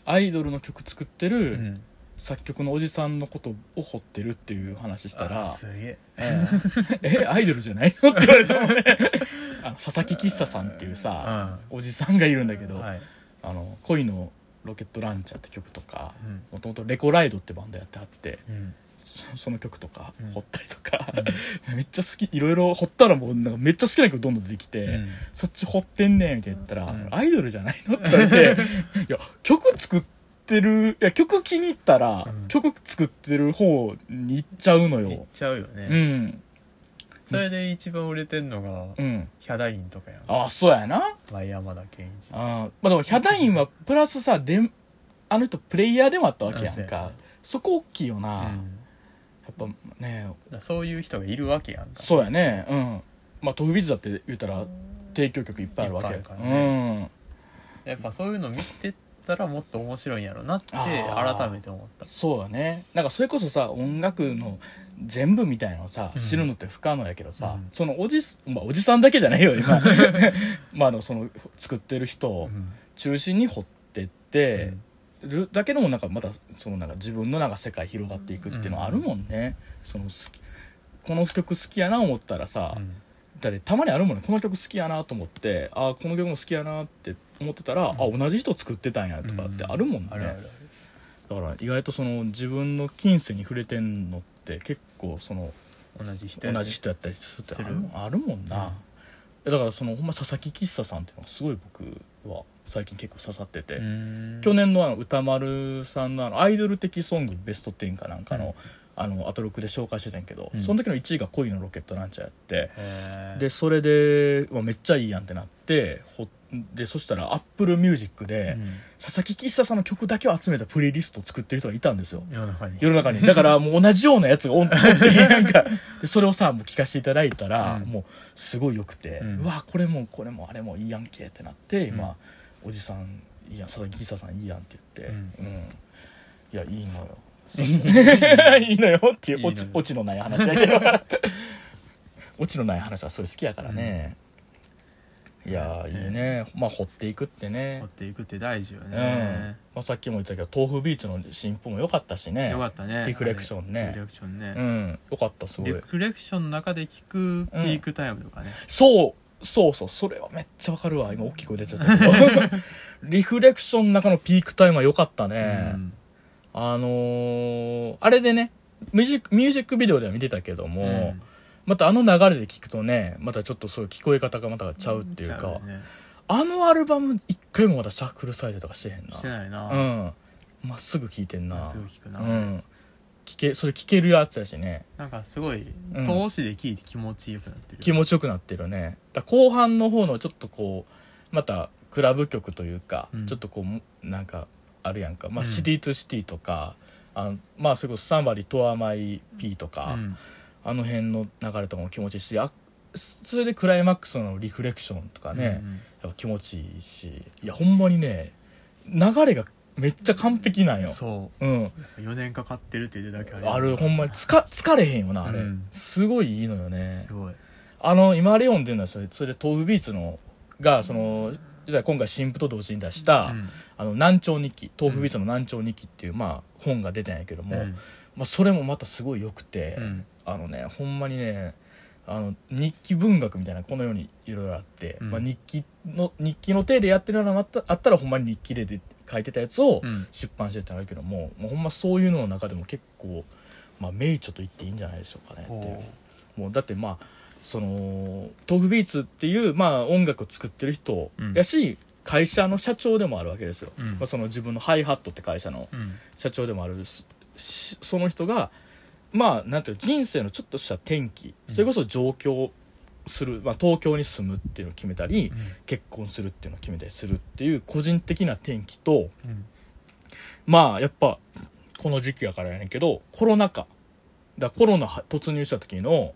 A: アイドルの曲作ってる、
B: うん
A: 作曲のおじさんのことを掘ってるっていう話したら
B: あすげえ
A: 「え えアイドルじゃないの?」って言われたもんね あの佐々木喫茶さんっていうさ、おじさんがいるんだけ
B: う
A: ど「
B: んはい、
A: あの恋のロケットランチャー」って曲とか
B: うん
A: もともとレコライドってバンドやってはって
B: うん
A: そその曲とか
B: うん
A: 掘ったりとか、 めっちゃ好きいろいろ掘ったらもうなんかめっちゃ好きな曲どんどん出てきて、
B: うん
A: そっち掘ってんねんみたいな言ったら、
B: うん
A: アイドルじゃないのって言われ て、いや、曲作ってる、いや、曲気に入ったら、
B: うん
A: 曲作ってる方に行っちゃうの
B: いっ
A: よ。
B: ちゃうよ
A: う
B: ね、
A: ん。
B: それで一番売れてんのが、
A: うん。
B: ヒャダインとかやん
A: ああ、そうやな。
B: まあ山田健一
A: あーまあでも、ヒャダインはプラスさ、でんあの人プレイヤーでもあったわけやん
B: うんそうや
A: か
B: な。
A: そこ大きいよな。
B: う
A: や
B: ん
A: っぱね、
B: だからそういう人がいるわけやんか
A: そうやね。うん。まあ、トフビズだって言ったら、提供曲いっぱいあるわけや
B: いっぱ
A: か
B: いあ
A: ら。
B: るから
A: うん。
B: やっぱそういうの見てたらもっと面白いんやろなって
A: あー
B: 改めて思った
A: そうだねなんかそれこそさ音楽の全部みたいなのをさ
B: うん
A: 知るのって不可能やけどさ、
B: うん
A: そのおじす、まあ、おじさんだけじゃないよ 今まああのその作ってる人
B: う
A: を
B: ん
A: 中心に掘ってってるだけでもなんかまたそのなんか自分のなんか世界広がっていくっていうのはあるもんね、その好きこの曲好きやな思ったらさ、
B: うん
A: だってたまにあるもんねこの曲好きやなと思ってあーこの曲も好きやなって思ってたら、あ同じ人作ってたんやとかってあるもんね、
B: あるある
A: だから意外とその自分の近世に触れてんのって結構その
B: ある同じ人やね
A: 同じ人やったりするってある
B: する
A: あるもん
B: うん
A: な、だからそのほんま佐々木喫茶さんっていうのがすごい僕は最近結構刺さってて、
B: うん
A: 去年のあの歌丸さんのあのアイドル的ソングベスト10かなんかの,、
B: うん
A: あのアトロックで紹介してたんやけど、
B: うん
A: その時の1位が恋のロケットランチャーやって、
B: へー
A: でそれでうわめっちゃいいやんってなってほでそしたらアップルミュージックで、
B: うん
A: 佐々木喫茶さんの曲だけを集めたプレイリストを作ってる人がいたんですよ
B: 世の中に
A: 世の中にだからもう同じようなやつがお んなんかでそれをさもう聞かせていただいたら、
B: うん
A: もうすごい良くて、
B: う
A: うんわこれもこれもあれもいいやんけってなって今、おじさんいいやん佐々木久さんいいやんって言って、うんいやいいのよ いいのよっていうオ
B: いい
A: チ
B: のよ
A: オチのない話だけどオチのない話はそういう好きやからね、いやーいいねまあ掘っていくってね
B: 持っていくって大事よ
A: うん
B: ね
A: まあ、さっきも言ったけど豆腐ビーチの新譜も良かったしね
B: よかったね
A: リフレクションね
B: リフレクションね
A: うん、よかったすご
B: リ
A: い
B: フレクションの中で聞くピークタイムとかね
A: そうそうそうそれはめっちゃわかるわ今大きい声出ちゃったけ どリフレクションの中のピークタイムは良かったね、
B: うん
A: あのー、あれでねミュージックミュージックビデオでは見てたけども、
B: うん
A: またあの流れで聞くとねまたちょっとそういう聞こえ方がまたちゃうっていう
B: ちゃ
A: か、
B: よね
A: あのアルバム一回もまだシャッフルされたりとかしてへん
B: して
A: な
B: ないな
A: うんまっすぐ聞いてんな
B: すごい聞くな
A: うん聞けそれ聞けるやつやしね
B: なんかすごい
A: うん
B: 通しで聞いて気持ちよくなってる
A: 気持ちよくなってるねだから後半の方のちょっとこうまたクラブ曲というか、
B: うん
A: ちょっとこうなんかあるやんか、ま
B: う
A: あ、
B: ん
A: シティ・トゥ・シティとか、あのまあそれこそ「サンバリ・トア・マイ・ピー」とか、
B: うん
A: あの辺の流れとかも気持ちいいしあそれでクライマックスのリフレクションとかね、
B: うん
A: やっぱ気持ちいいしいやほんまにね流れがめっちゃ完璧なんよ。
B: そう
A: うん、
B: 4年かかってるっていうだけある
A: あるほんまにつか疲れへんよなあれ、
B: うん
A: すごいいいのよね
B: すごい
A: あの今レオンっていうのはそれそれで東武ビーツのがその実は今回新婦と同時に出した「
B: うん
A: あの南朝日記東武ビーツの南朝日記」っていう、まあ、本が出てんやけども、
B: うん
A: まあ、それもまたすごい良くて、
B: うん
A: あのねほんまにねあの日記文学みたいなこのようにいろいろあって、
B: うん
A: まあ、日記の日記の体でやってるようなのあったあったらほんまに日記でで書いてたやつを
B: うん
A: 出版してたんだけども,、もうほんまそういうのの中でも結構、まあ、名著と言っていいんじゃないでしょうかねっていう
B: ほ
A: もうだってまあその豆腐ビーツっていう、まあ、音楽を作ってる人やし、会社の社長でもあるわけですよ、
B: うん
A: まあ、その自分のハイハットって会社の
B: うん
A: 社長でもあるししその人がまあなんていうの人生のちょっとした転機それこそ上京する、まあ、東京に住むっていうのを決めたり、結婚するっていうのを決めたりするっていう個人的な転機と
B: うん
A: まあやっぱこの時期やからやねんけどコロナ禍だからコロナは突入した時の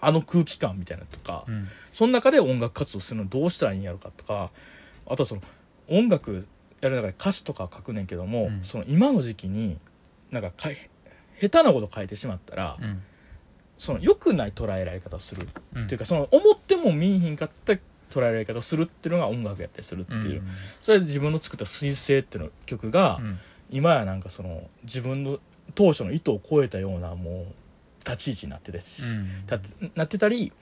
A: あの空気感みたいなのとか、
B: うん
A: その中で音楽活動するのどうしたらいいんやろかとかあとはその音楽やる中で歌詞とか書くねんけども、
B: うん
A: その今の時期になんかかい下手なこと書いてしまったら、
B: うん
A: その良くない捉えられ方をする、
B: うん
A: っていうかその思っても見えへんかった捉えられ方をするっていうのが音楽やったりするって
B: うん
A: いう、それで自分の作った「水星」っていうの曲が、
B: うん
A: 今やなんかその自分の当初の意図を超えたようなもう立ち位置になってですし、
B: うん
A: たなってたり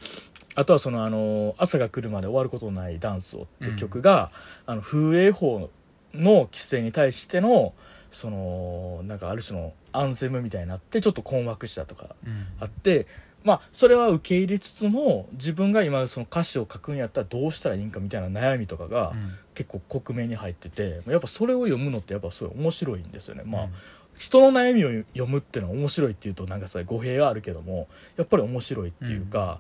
A: あとはそのあの「朝が来るまで終わることのないダンスを」って曲が、あの風営法の規制に対してのそのなんかある種のアンセムみたいになってちょっと困惑したとか
B: うん
A: あって、まあ、それは受け入れつつも自分が今その歌詞を書くんやったらどうしたらいいんかみたいな悩みとかが
B: うん
A: 結構克明に入っててやっぱそれを読むのってやっぱすごい面白いんですよね。まあ
B: うん
A: 人の悩みを読むっていうのは面白いっていうとなんかさ語弊があるけどもやっぱり面白いっていうか、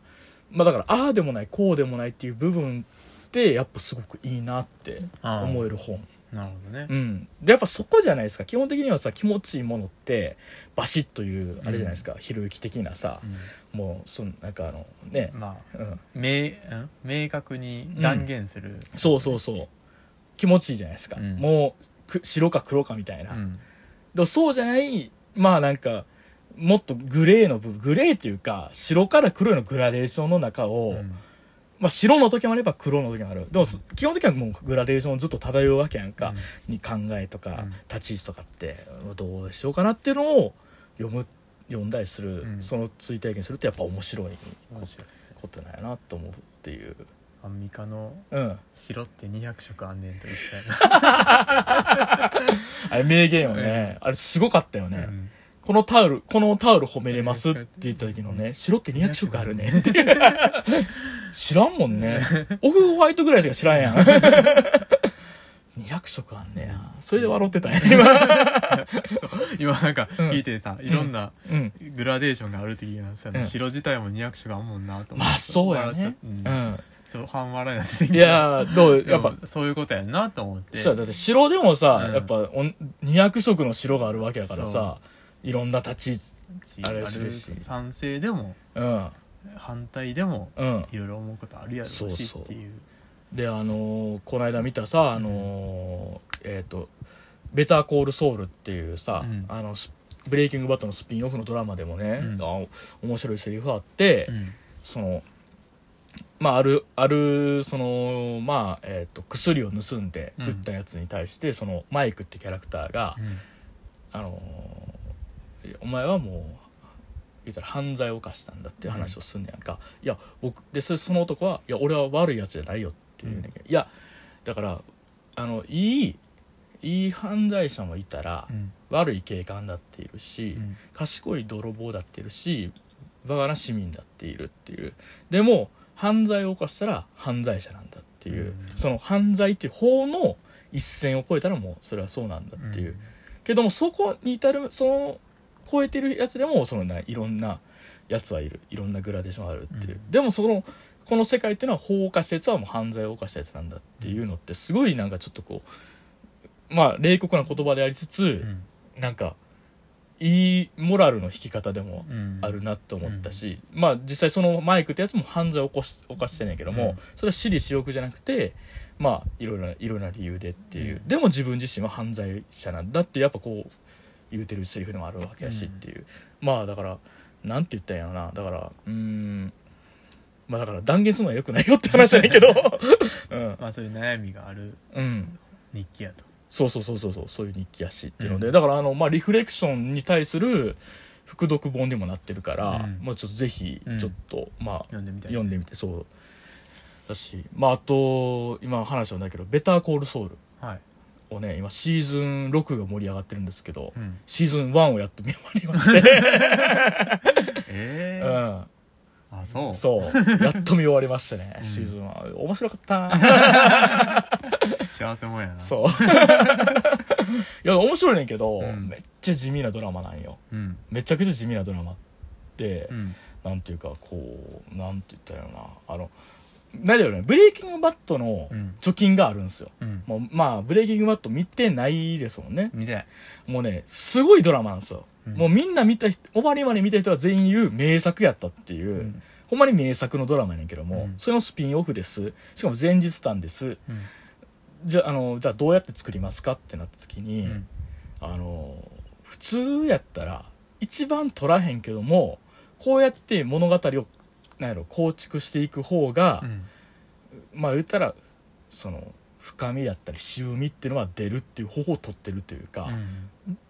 A: まあだからああでもないこうでもないっていう部分ってやっぱすごくいいなって
B: あー
A: 思える本、
B: なるほどね
A: うん、でやっぱそこじゃないですか基本的にはさ気持ちいいものってバシッというあれじゃないですか、ひろゆき的なさもうそのなんかあのね
B: う、んまあ
A: うん、
B: 明ん明確に断言する
A: そうそうそう気持ちいいじゃないですか、
B: うん
A: もうく白か黒かみたいな、
B: うん
A: でもそうじゃない、まあなんか、もっとグレーの部分、グレーっていうか、白から黒のグラデーションの中を、
B: うん
A: まあ白の時もあれば黒の時もある。でも、基本的にはもうグラデーションをずっと漂うわけやんか、に考えとか
B: うん、
A: 立ち位置とかって、どうしようかなっていうのを読む、読んだりする、
B: うん
A: その追体験するとやっぱ面白いこ
B: 面白い
A: ことなんやなと思うっていう。
B: アンミカの
A: うん。
B: 白って200色あんねんと一緒や
A: あれ名言よね。あれすごかったよね。
B: なうん
A: このタオル、このタオル褒めれますって言った時のね、白って200色あるねって。知らんもんね。オフホワイトぐらいしか知らんやん。200色あんねや。それで笑ってたんや、今。
B: 今なんか聞いてさいろんな
A: うん。
B: グラデーションがあるって聞いたんですよね
A: うん
B: 白自体も200色あんもんなと思って
A: まあそうやね。
B: 笑っち
A: う
B: ゃうん
A: ん。
B: ちょっと半笑いになってき
A: い
B: た
A: やー、どう、やっ
B: で
A: ぱ、
B: もそういうことやんなと思って
A: そうやだって白でもさ
B: う、ん
A: やっぱおん200色の白があるわけだからさ、いろんな立ちあれするし
B: あ賛成でも
A: 位置、うん。
B: 反対でも
A: うん。
B: いろいろ思うことあるやろうし
A: そうそう
B: っていう
A: であのーこの間見たさあのーえっ、と「ベターコールソウル」っていうさ、
B: うん
A: あのスブレイキングバットのスピンオフのドラマでもね、
B: うん
A: あ面白いセリフあって、
B: うん
A: そのまああるあるそのまあえっ、と薬を盗んで
B: うん
A: 撃ったやつに対して、そのマイクってキャラクターが「あのーお前はもう」言ったら犯罪を犯したんだっていう話をすんねやんか、いや僕でそその男は「いや俺は悪いやつじゃないよ」って言うねんけど、いやだからあのいいいい犯罪者もいたら、
B: うん
A: 悪い警官だっているし、
B: うん
A: 賢い泥棒だっているしバカな市民だっているっていうでも犯罪を犯したら犯罪者なんだっていう、
B: うん
A: その犯罪っていう法の一線を越えたらもうそれはそうなんだっていう、けどもそこに至るその超えてるやつでもそのないろんなやつはいるいろんなグラデーションがあるっていう、
B: うん
A: でもそのこの世界っていうのは法を犯したやつはもう犯罪を犯したやつなんだっていうのってすごいなんかちょっとこうまあ冷酷な言葉でありつ
B: う
A: つ、
B: ん
A: なんかいいモラルの引き方でも
B: うん
A: あるなと思ったし、まあ実際そのマイクってやつも犯罪を起こし犯してんやけども、
B: うん
A: それは私利私欲じゃなくてまあいろいろないろいろな理由でっていう、
B: うん
A: でも自分自身は犯罪者なんだってやっぱこう言うてるセリフでもあるわけやしっていう、まあだからなんて言ったんやろなだからうーんまあだから断言するのは良くないよって話じゃないけ どうん、
B: まあそういう悩みがある
A: うん、
B: 日記やと
A: そうそうそうそうそうそういう日記やしっていうので、
B: うん
A: だからあの、まあ、リフレクションに対する副読本でもなってるから、
B: うん
A: まあ、ちょっとぜひ
B: うん
A: ちょっと、まあ
B: 読んでみたい
A: 読んでみてそうだし、まあ、あと今話したんだけど「ベターコールソウル
B: はい」
A: をね今シーズン6が盛り上がってるんですけど、
B: うん
A: シーズン1をやっと見終わりま して、
B: え
A: う
B: え
A: ん、
B: あそう
A: そうやっと見終わりましたね、
B: ん
A: シーズン1面白かった
B: 幸せもんやな。
A: そう いや面白いねんけど、
B: うん
A: めっちゃ地味なドラマなんよ
B: う。うん。
A: めちゃくちゃ地味なドラマって、
B: うん。
A: なんていうかこうなんて言ったらいいのかなあの何だろうねブレイキングバットの
B: うん
A: 貯金があるんですよ、
B: うん。
A: もうまあブレイキングバット見てないですもんね
B: 見たい。
A: もうねすごいドラマなんですよ、
B: うん
A: もうみんな見た人終わりまで見た人は全員言う名作やったっていう、
B: うん
A: ほんまに名作のドラマやねんけども、
B: うん
A: それのスピンオフですしかも前日短ですじゃああのじゃあどうやって作りますかってなった時に、
B: うん。
A: あの普通やったら一番取らへんけどもこうやって物語をなんやろ構築していく方が、
B: うん。
A: まあ言ったらその深みだったり渋みっていうのは出るっていう方法を取ってるというか、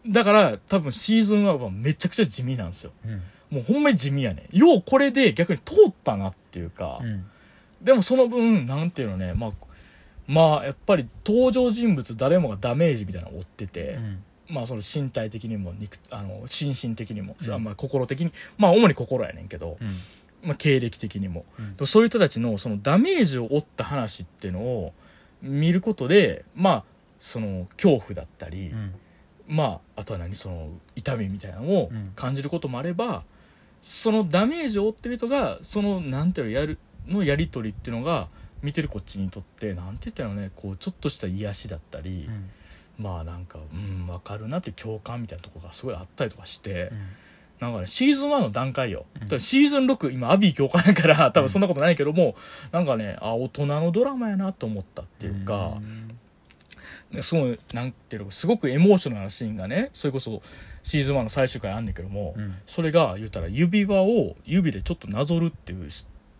A: だから多分シーズン1はめちゃくちゃ地味なんですよ
B: うん。
A: もうほんまに地味やねようこれで逆に通ったなっていうか、
B: うん。
A: でもその分なんていうのねまあまあやっぱり登場人物誰もがダメージみたいなのを負ってて、
B: うん。
A: まあその身体的にも肉あの心身的にも、
B: うん
A: まあ心的にまあ主に心やねんけど、
B: うん。
A: まあ、経歴的にも、
B: うん
A: でもそういう人たちのそのダメージを負った話っていうのを見ることでまあその恐怖だったり、
B: うん。
A: まああとは何その痛みみたいなのを
B: うん
A: 感じることもあれば、そのダメージを負ってる人がそのなんていうのやるのやり取りっていうのが見てるこっちにとってなんて言ったらいいのねこうちょっとした癒しだったり。
B: うん。
A: まあなんかうん分かるなっていう共感みたいなとこがすごいあったりとかして、なんかねシーズン1の段階よ、
B: うん
A: だからシーズン6今アビー共感やから多分そんなことないけども、なんかねあ大人のドラマやなと思ったっていうか、すごいなんていうのすごくエモーショナルなシーンがねそれこそシーズン1の最終回あんねんけども、
B: うん。
A: それが言うたら指輪を指でちょっとなぞるっていう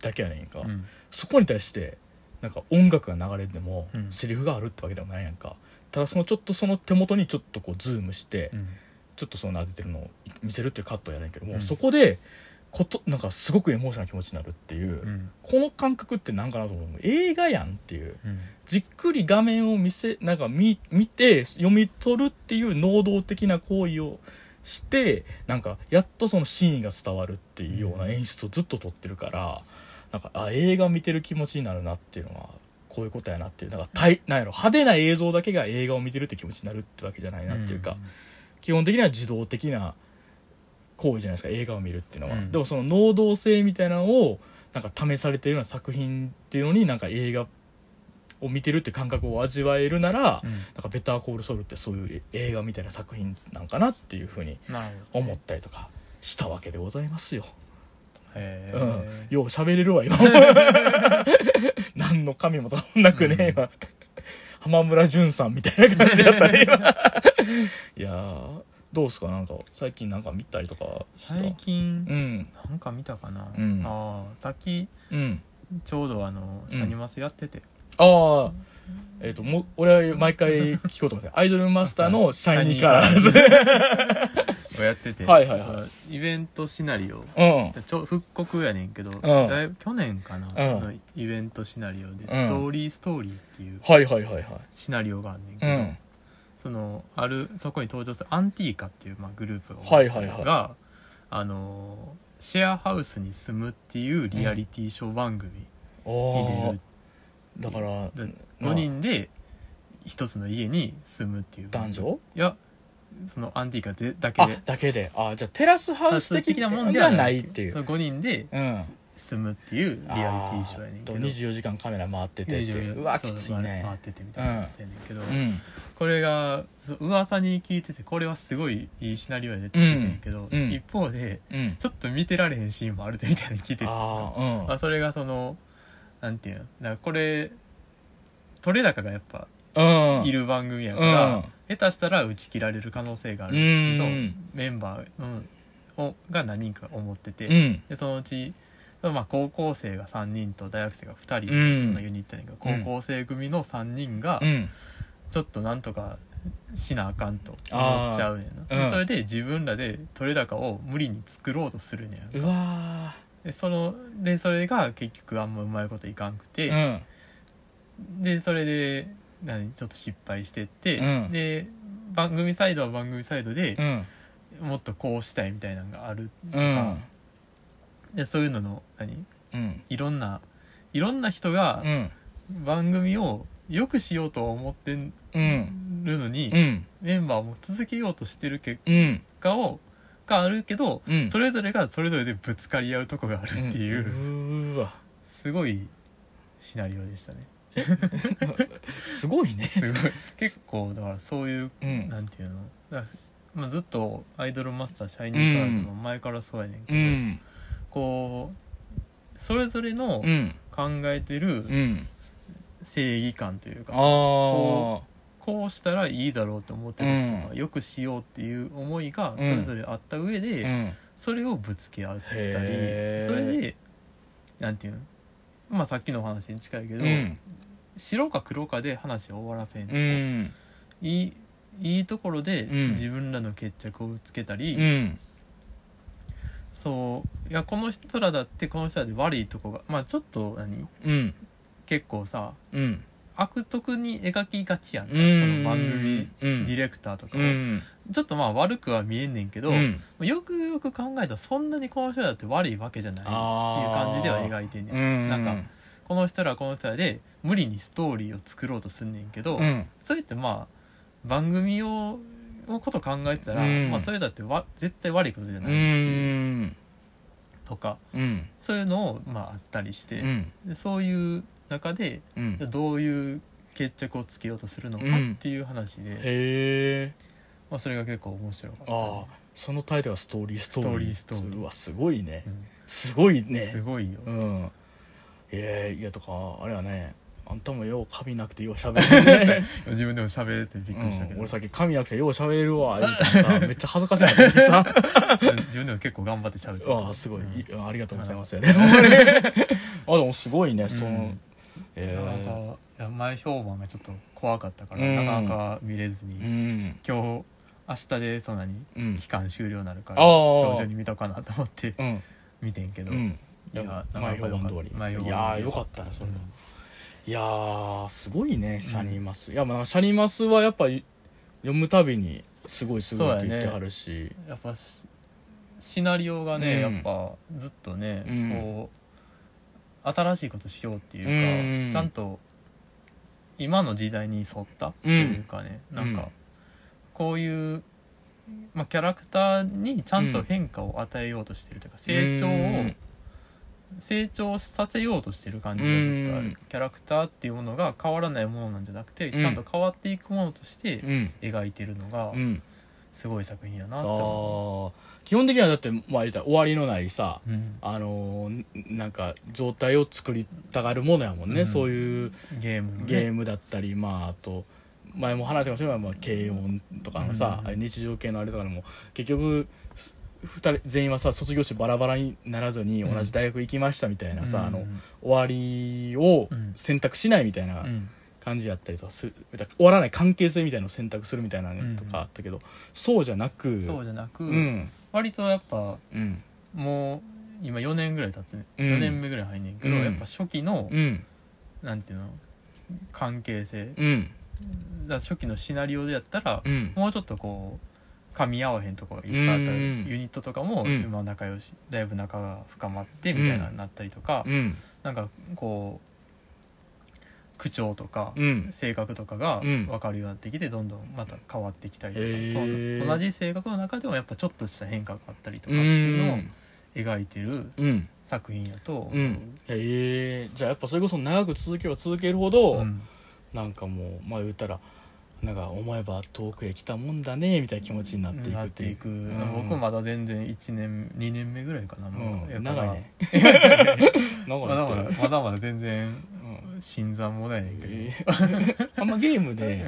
A: だけやねんか、
B: うん。
A: そこに対してなんか音楽が流れても
B: うん
A: セリフがあるってわけでもないやんかただそのちょっとその手元にちょっとこうズームして
B: うん。
A: ちょっとその撫でてるのを見せるっていうカットをやるんやけども、
B: うん
A: そこでことなんかすごくエモーショナルな気持ちになるっていう、
B: うん。
A: この感覚ってなんかなと思う映画やんっていう
B: うん。
A: じっくり画面を見せなんか見見て読み取るっていう能動的な行為をしてなんかやっとその真意が伝わるっていうような演出をずっと撮ってるからなんかあ映画見てる気持ちになるなっていうのはこういうことやなっていうなんかたいなんやろ派手な映像だけが映画を見てるって気持ちになるってわけじゃないなっていうか、基本的には自動的な行為じゃないですか映画を見るっていうのは、
B: うん
A: でもその能動性みたいなのをなんか試されてるような作品っていうのになんか映画を見てるって感覚を味わえるなら、
B: うん。
A: なんか「ベター・コール・ソウル」ってそういう映画みたいな作品なんかなっていうふうに
B: なるほど。
A: 思ったりとかしたわけでございますよ。
B: へ
A: うん、
B: え。
A: よう喋れるわ 今何の神もともなくね、
B: う
A: 今
B: ん
A: 浜村淳さんみたいな感じだったね今 いやーどうっすかなんか最近なんか見たりとかした
B: 最近
A: う、ん
B: なんか見たかな。
A: うん
B: ああ、さっき、
A: うん
B: ちょうどあの、シャニマスやってて。
A: ああえっ、ともう俺は毎回聞こうと思ってたアイドルマスターの「シャイニーカラーズ」
B: を やってて、
A: はいはいは
B: そのイベントシナリオ。
A: うん
B: ちょ復刻やねんけど、
A: ん
B: だいぶ去年かな、
A: ん
B: のイベントシナリオで
A: う
B: 「
A: ん
B: ストーリーストーリー」っていう
A: はいはいはいは
B: シナリオがあんねん
A: い
B: け
A: う
B: ど、
A: ん
B: そのあるそこに登場するアンティーカっていう、まあ、グループが、
A: はいはいはい
B: あのシェアハウスに住むっていうリアリティショー番組に
A: あ
B: 出
A: あ
B: る、
A: だから
B: で
A: うん
B: 5人で一つの家に住むっていう
A: 男女
B: いやそのアンティーカでだけ
A: あ
B: で
A: だけであーじゃあテラスハウス的なもんではないっていう
B: そ、の5人で
A: うん、
B: 住むっていうリアリティショーやねんけど
A: あーと24時間カメラ回っててって
B: 24
A: うわきつい
B: そう回
A: ね
B: っててみたいなやつやねんけど、
A: うん
B: これが噂に聞いててこれはすごいいいシナリオやでって言ってたんやけど、
A: うんうん
B: 一方で
A: うん
B: ちょっと見てられへんシーンもあるでみたいに聞いてて
A: ああうん
B: まあ、それがそのなんていうのだからこれ取れ高がやっぱ
A: うん
B: いる番組やから、
A: うん
B: 下手したら打ち切られる可能性があるんですけど、
A: うん
B: メンバー、うんをが何人か思ってて、
A: うん
B: でそのうち、まあ、高校生が3人と大学生が2人
A: うん
B: のユニットやねんけど、
A: うん
B: 高校生組の3人が
A: うん
B: ちょっとなんとかしなあかんと思っちゃうねんな、
A: あーうん
B: でそれで自分らで取れ高を無理に作ろうとするねん
A: うわ
B: でそのでそれが結局あんまうまいこといかんく
A: ー
B: て、
A: うん
B: でそれで何ちょっと失敗してって、
A: うん
B: で番組サイドは番組サイドで
A: う、ん
B: もっとこうしたいみたいなのがあると
A: う
B: か
A: ん、
B: でそういうのの何
A: うん
B: いろんないろんな人が
A: うん
B: 番組をよくしようとは思ってる
A: うん
B: のに、
A: うん
B: メンバーも続けようとしてる結
A: うん
B: 果をがあるけど、
A: うん
B: それぞれがそれぞれでぶつかり合うとこがあるっていう、
A: うーわ
B: すごいシナリオでしたね
A: すごいね
B: す ごい結構だからそういう
A: うん
B: なんていうのだからまあ、ずっとアイドルマスターシャイニーカラーズの前からそうやねんけ
A: う
B: ど、
A: ん
B: こうそれぞれの
A: うん
B: 考えてる
A: うん
B: 正義感というか、
A: ああ
B: こうしたらいいだろうと思ってることとか、よくしようっていう思いが
A: ん
B: それぞれあった上で、
A: うん
B: それをぶつけ合ったりそ
A: へー
B: れでなんていうのまあさっきの話に近いけど、
A: うん
B: 白か黒かで話を終わらせん
A: う
B: とか、
A: ん
B: いいいいところで
A: うん
B: 自分らの決着をつけたり、
A: うん
B: そういやこの人らだってこの人らで悪いとこがまあちょっと何
A: うん
B: 結構さ
A: うん
B: 悪徳に描きがちやんか、
A: うん
B: その番組
A: う
B: デ
A: ん
B: ィレクターとか
A: う
B: も、
A: ん
B: ちょっとまあ悪くは見えんねんけど、
A: うん
B: よくよく考えたらそんなにこの人らだって悪いわけじゃないっていう
A: あー
B: 感じでは描いてんねん、
A: うん
B: なんかこの人らはこの人らで無理にストーリーを作ろうとすんねんけど、
A: うん
B: それってまあ番組をのこと考えてたら、
A: うん
B: まあ、それだってわ絶対悪いことじゃ
A: う
B: ないっていう、
A: ん
B: とか
A: うん
B: そういうのをまああったりして、
A: うん
B: でそういう中で
A: うん
B: どういう決着をつけようとするのかっていう話で、
A: へえ
B: まあ、それが結構面白かったね、
A: ああそのタイトルがストーリーストーリー
B: ストーリーストーリー
A: うわすごいね
B: うん
A: すごい
B: す
A: ね
B: ごいよ、
A: うんええいやとかあれはねあんたもよう髪なくてよう喋れるね
B: 自分でも喋れてびっくりしたけ
A: うん
B: ど、
A: 俺さっき髪なくてよう喋れる わ言うたらさめっちゃ恥ずかしいなと思ってさ
B: 自分でも結構頑張って喋って
A: ああすごい
B: うん
A: いいありがとうございますやねあでもすごいねその
B: なか
A: え
B: なかいや前評判がちょっと怖かったから、
A: うん
B: なかなか見れずに、
A: えう
B: 今
A: ん
B: 日明日でそんなに
A: うん
B: 期間終了になるから
A: あー
B: 今日中に見とかなと思って
A: うん
B: 見てんけど、
A: うん
B: いや
A: 前評判通り
B: 前評判
A: いやーよかったねそれ
B: うん
A: いやーすごいねシャニマス、いやまあシャニマスはやっぱり読むたびにすごいすごいって言ってはるし
B: やっぱしシナリオがね、
A: うん
B: やっぱずっとね、
A: うん
B: こう新しいことしようってい
A: う
B: うか、
A: ん
B: ちゃんと今の時代に沿ったっていうかね、
A: ん
B: なん
A: うん
B: かこういう、まあ、キャラクターにちゃんと変化を与えようとしてるというか、成長を、
A: うん
B: 成長させようとしてる感じがずっとある、
A: うん
B: キャラクターっていうものが変わらないものなんじゃなく
A: う
B: て、
A: ん
B: ちゃんと変わっていくものとして
A: うん、
B: 描いてるのが
A: うん、
B: すごい作品やな
A: あ
B: って思
A: ー基本的にはだってまあ言ったら終わりのないさ
B: う、うん
A: あのーんなんか状態を作りたがるものやもんね、
B: うん
A: そういう
B: ゲームのね
A: ゲームだったり、まああと前も話したかもしれない、まあ、軽音とかのさ、
B: うん
A: あれ日常系のあれとかでも結局す二人全員はさ卒業してバラバラにならずに
B: うん
A: 同じ大学行きましたみたいなさ、
B: うん
A: あの終わりを
B: うん
A: 選択しないみたいな
B: うん
A: 感じやったりとかするだから終わらない関係性みたいなのを選択するみたいなのと
B: うん
A: かあったけど、そうじゃなく
B: そうじゃなく、
A: うん
B: 割とやっぱ
A: うん
B: もう今4年ぐらい経つね、
A: うん
B: 4年目ぐらい入んねんけど、
A: うん
B: やっぱ初期の、
A: うん
B: なんていうの関係性
A: うん
B: だから初期のシナリオでやったら
A: う、ん
B: もうちょっとこう噛み合わへんとこがいっぱいあったり、
A: うん
B: ユニットとかも、
A: うん
B: 今仲良しだいぶ仲が深まってみたいなのになったりとか、
A: うん
B: なんかこう口調とか、
A: うん
B: 性格とかが
A: うん
B: 分かるようになってきてどんどんまた変わってきたりとか、
A: へー
B: その同じ性格の中でもやっぱちょっとした変化があったりとかっていうのを描いてる
A: うん
B: 作品やと、
A: うん、ええじゃあやっぱそれこそ長く続けば続けるほど、
B: うん
A: なんかもうまあ言ったらなんか思えば遠くへ来たもんだねみたいな気持ちになっていく
B: な
A: っ
B: って
A: い
B: ていうく、
A: ん
B: 僕まだ全然1年2年目ぐらいかな、もう
A: うん、
B: だから
A: 長いね長
B: ま
A: いな
B: だ
A: って
B: ま
A: る
B: だまだまだ全然
A: うん
B: 新参もないねんけど、
A: えー あんまゲームで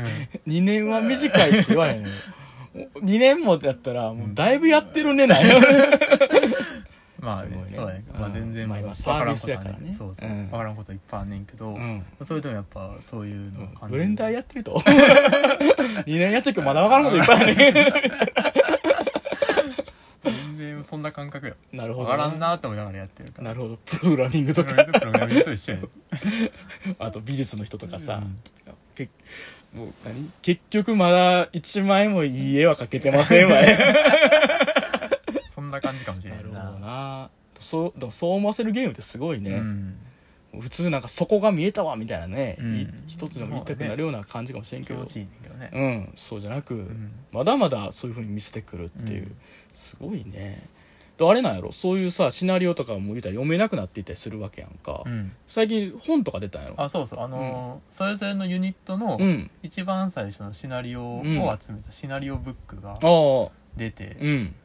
A: 2年は短いって言わへん の2年もだったらもうだいぶやってるねな
B: まあ、
A: すごいね
B: そうやね、ま
A: う
B: あ、
A: ん
B: 全然
A: まあ今
B: わ
A: サービスやからね
B: んことはそうそう、
A: うん
B: 分からんこといっぱいあんねんけ ど、
A: うん
B: それでもやっぱそういうのを感じ
A: ブレンダー
B: や
A: やってると2年やってるけどまだ分からんこといっぱいある ね
B: 全然そんな感覚や
A: なるほ
B: 分
A: どね、
B: からんなって思いながらやってるから
A: なるほどプログラミングと
B: そ
A: か
B: れとプログラミングと一緒やね
A: あと美術の人とかさ、
B: うん
A: けもう何結局まだ1枚もいい絵は描けてませんわね
B: そんな感じかもし れ
A: な
B: な
A: る
B: い
A: ほど
B: な
A: なそうでもそう思わせるゲームってすごいね、
B: うん
A: 普通なんかそこが見えたわみたいなね、
B: うん
A: い一つでも言いたくなるような感じかもしれんけ
B: 気
A: ど、
B: 持ちいいねんけどね
A: うん、そうじゃなく、
B: ん
A: まだまだそういうふうに見せてくるっていう、
B: うん
A: すごいねであれなんやろそういうさシナリオとかも言うたら読めなくなっていたりするわけやんか、
B: うん
A: 最近本とか出たんやろ
B: あそうそうあのーそれぞれのユニットの
A: うん
B: 一番最初のシナリオを集めたシナリオブックが
A: ああ
B: 出て
A: うん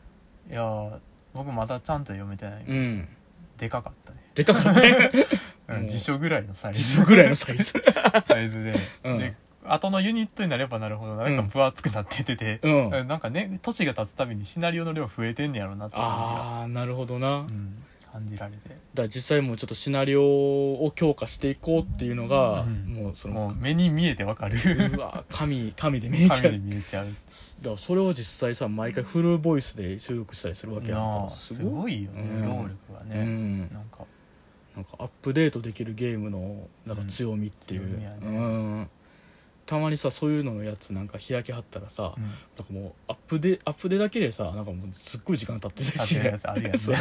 B: いやー僕まだちゃんと読めてないけ
A: う
B: ど
A: ん
B: でかかったね
A: でかかった ね
B: うん辞書ぐらいのサイズ
A: 辞書ぐらいのサイズ
B: サイズで、
A: うん
B: で後のユニットになればなるほどなんか分厚くなっててて、
A: うん
B: なんかね年が経つたびにシナリオの量増えてんねやろうなって感
A: ああなるほどな、
B: じが、うん、感じられて
A: だから実際もうちょっとシナリオを強化していこうっていうのが、
B: うん
A: もうその
B: もう目に見えてわかる
A: う わ神神で見えちゃ
B: 紙
A: うだ
B: で
A: か
B: 見えちゃう
A: らそれを実際さ毎回フルボイスで収録したりするわけやん
B: な
A: か
B: あ
A: す
B: す
A: ごい
B: ごいよね、
A: うん
B: 労力は
A: う
B: ね、
A: ん、
B: なんか
A: なんかアップデートできるゲームのなんか強みっていう、う
B: うんん強みやね
A: たまにさそういうののやつなんか開きはったらさ、
B: うん
A: なんかもうアップデアップデだけでさなんかもうすっごい時間経ってたりして
B: 経ってるやつあるや ん
A: そう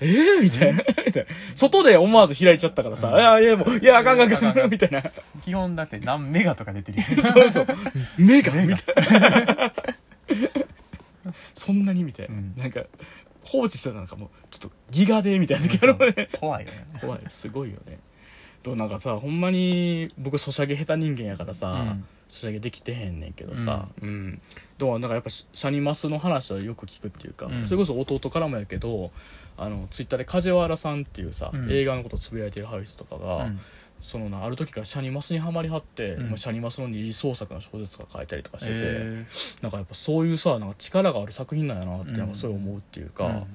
A: えー、みたいなみたいな外で思わず開いちゃったからさ「いやいやもういやあかんあかんあかんあかん」みたいな
B: 基本だって何メガとか出てるよ
A: そうそう目がみたいな そんなにみたいな、
B: うん
A: なんか放置してたらなんかもうちょっとギガでみたいな時あるもんね
B: 怖いよね
A: 怖いすごいよねとなんかさほんまに僕ソシャゲ下手人間やからさ、
B: うん
A: ソシャゲできてへんねんけどさうん、でもなんかやっぱシシャニマスの話はよく聞くっていうか、
B: うん
A: それこそ弟からもやけどあのツイッターで梶原さんっていうさ、
B: うん
A: 映画のことつぶやいてるハリスとかが、
B: うん
A: そのなある時からシャニマスにはまりはって、
B: うん
A: まあシャニマスの二次創作の小説とか書いたりとかしてて、
B: え
A: なんかやっぱそういうさなんか力がある作品なんやなって
B: うん
A: なんかそう思うっていう
B: ー
A: か、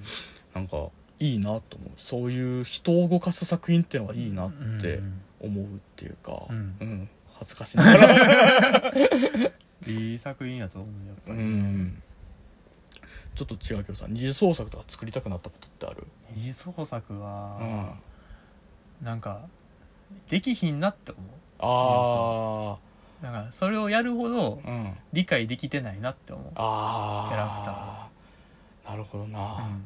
A: なんかいいなと思うそういう人を動かす作品っていうのがいいな
B: うん
A: って思うっていうか
B: う、ん
A: うん恥ずかしながら、
B: いい作品やと思うやっぱ
A: う
B: り、
A: ん、ちょっと違うけどさ二次創作とか作りたくなったことってある
B: 二次創作は、
A: あ
B: なんかできひんなって思
A: あ
B: うだからそれをやるほど
A: ー、うん、
B: 理解できてないなって思う
A: あー
B: キャラクタ
A: なるほど
B: う
A: な、
B: ん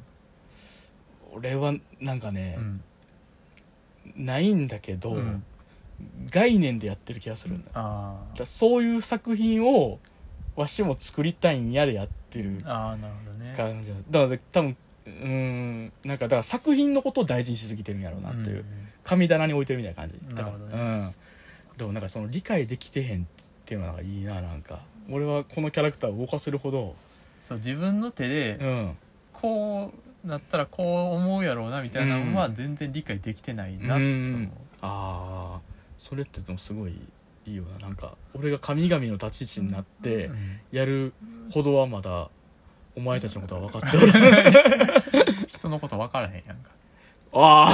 A: 俺はなんかね
B: う、ん
A: ないんだけど、
B: うん
A: 概念でやってる気がするんだ,、
B: あー
A: そういう作品をわしも作りたいんやでやってる
B: あーなるほどね
A: 感じだだから多分うーんなんかだから作品のことを大事にしすぎてるんやろうなっていう、神棚に置いてるみたいな感じだから
B: なるほど
A: うんでもなんかその理解できてへんっていうのがいいななんか俺はこのキャラクターを動かせるほど
B: そう自分の手
A: う
B: で
A: ん
B: こうなったらこう思うやろうなみたいなの
A: う
B: は
A: ん
B: 全然理解できてないなって
A: う
B: 思
A: んああそれってでもすごいいいよななんか俺が神々の立ち位置になっ
B: う、
A: て
B: うん
A: やるほどはまだお前たちのことは分かっておらん
B: 人のこと分からへんやんか
A: ああ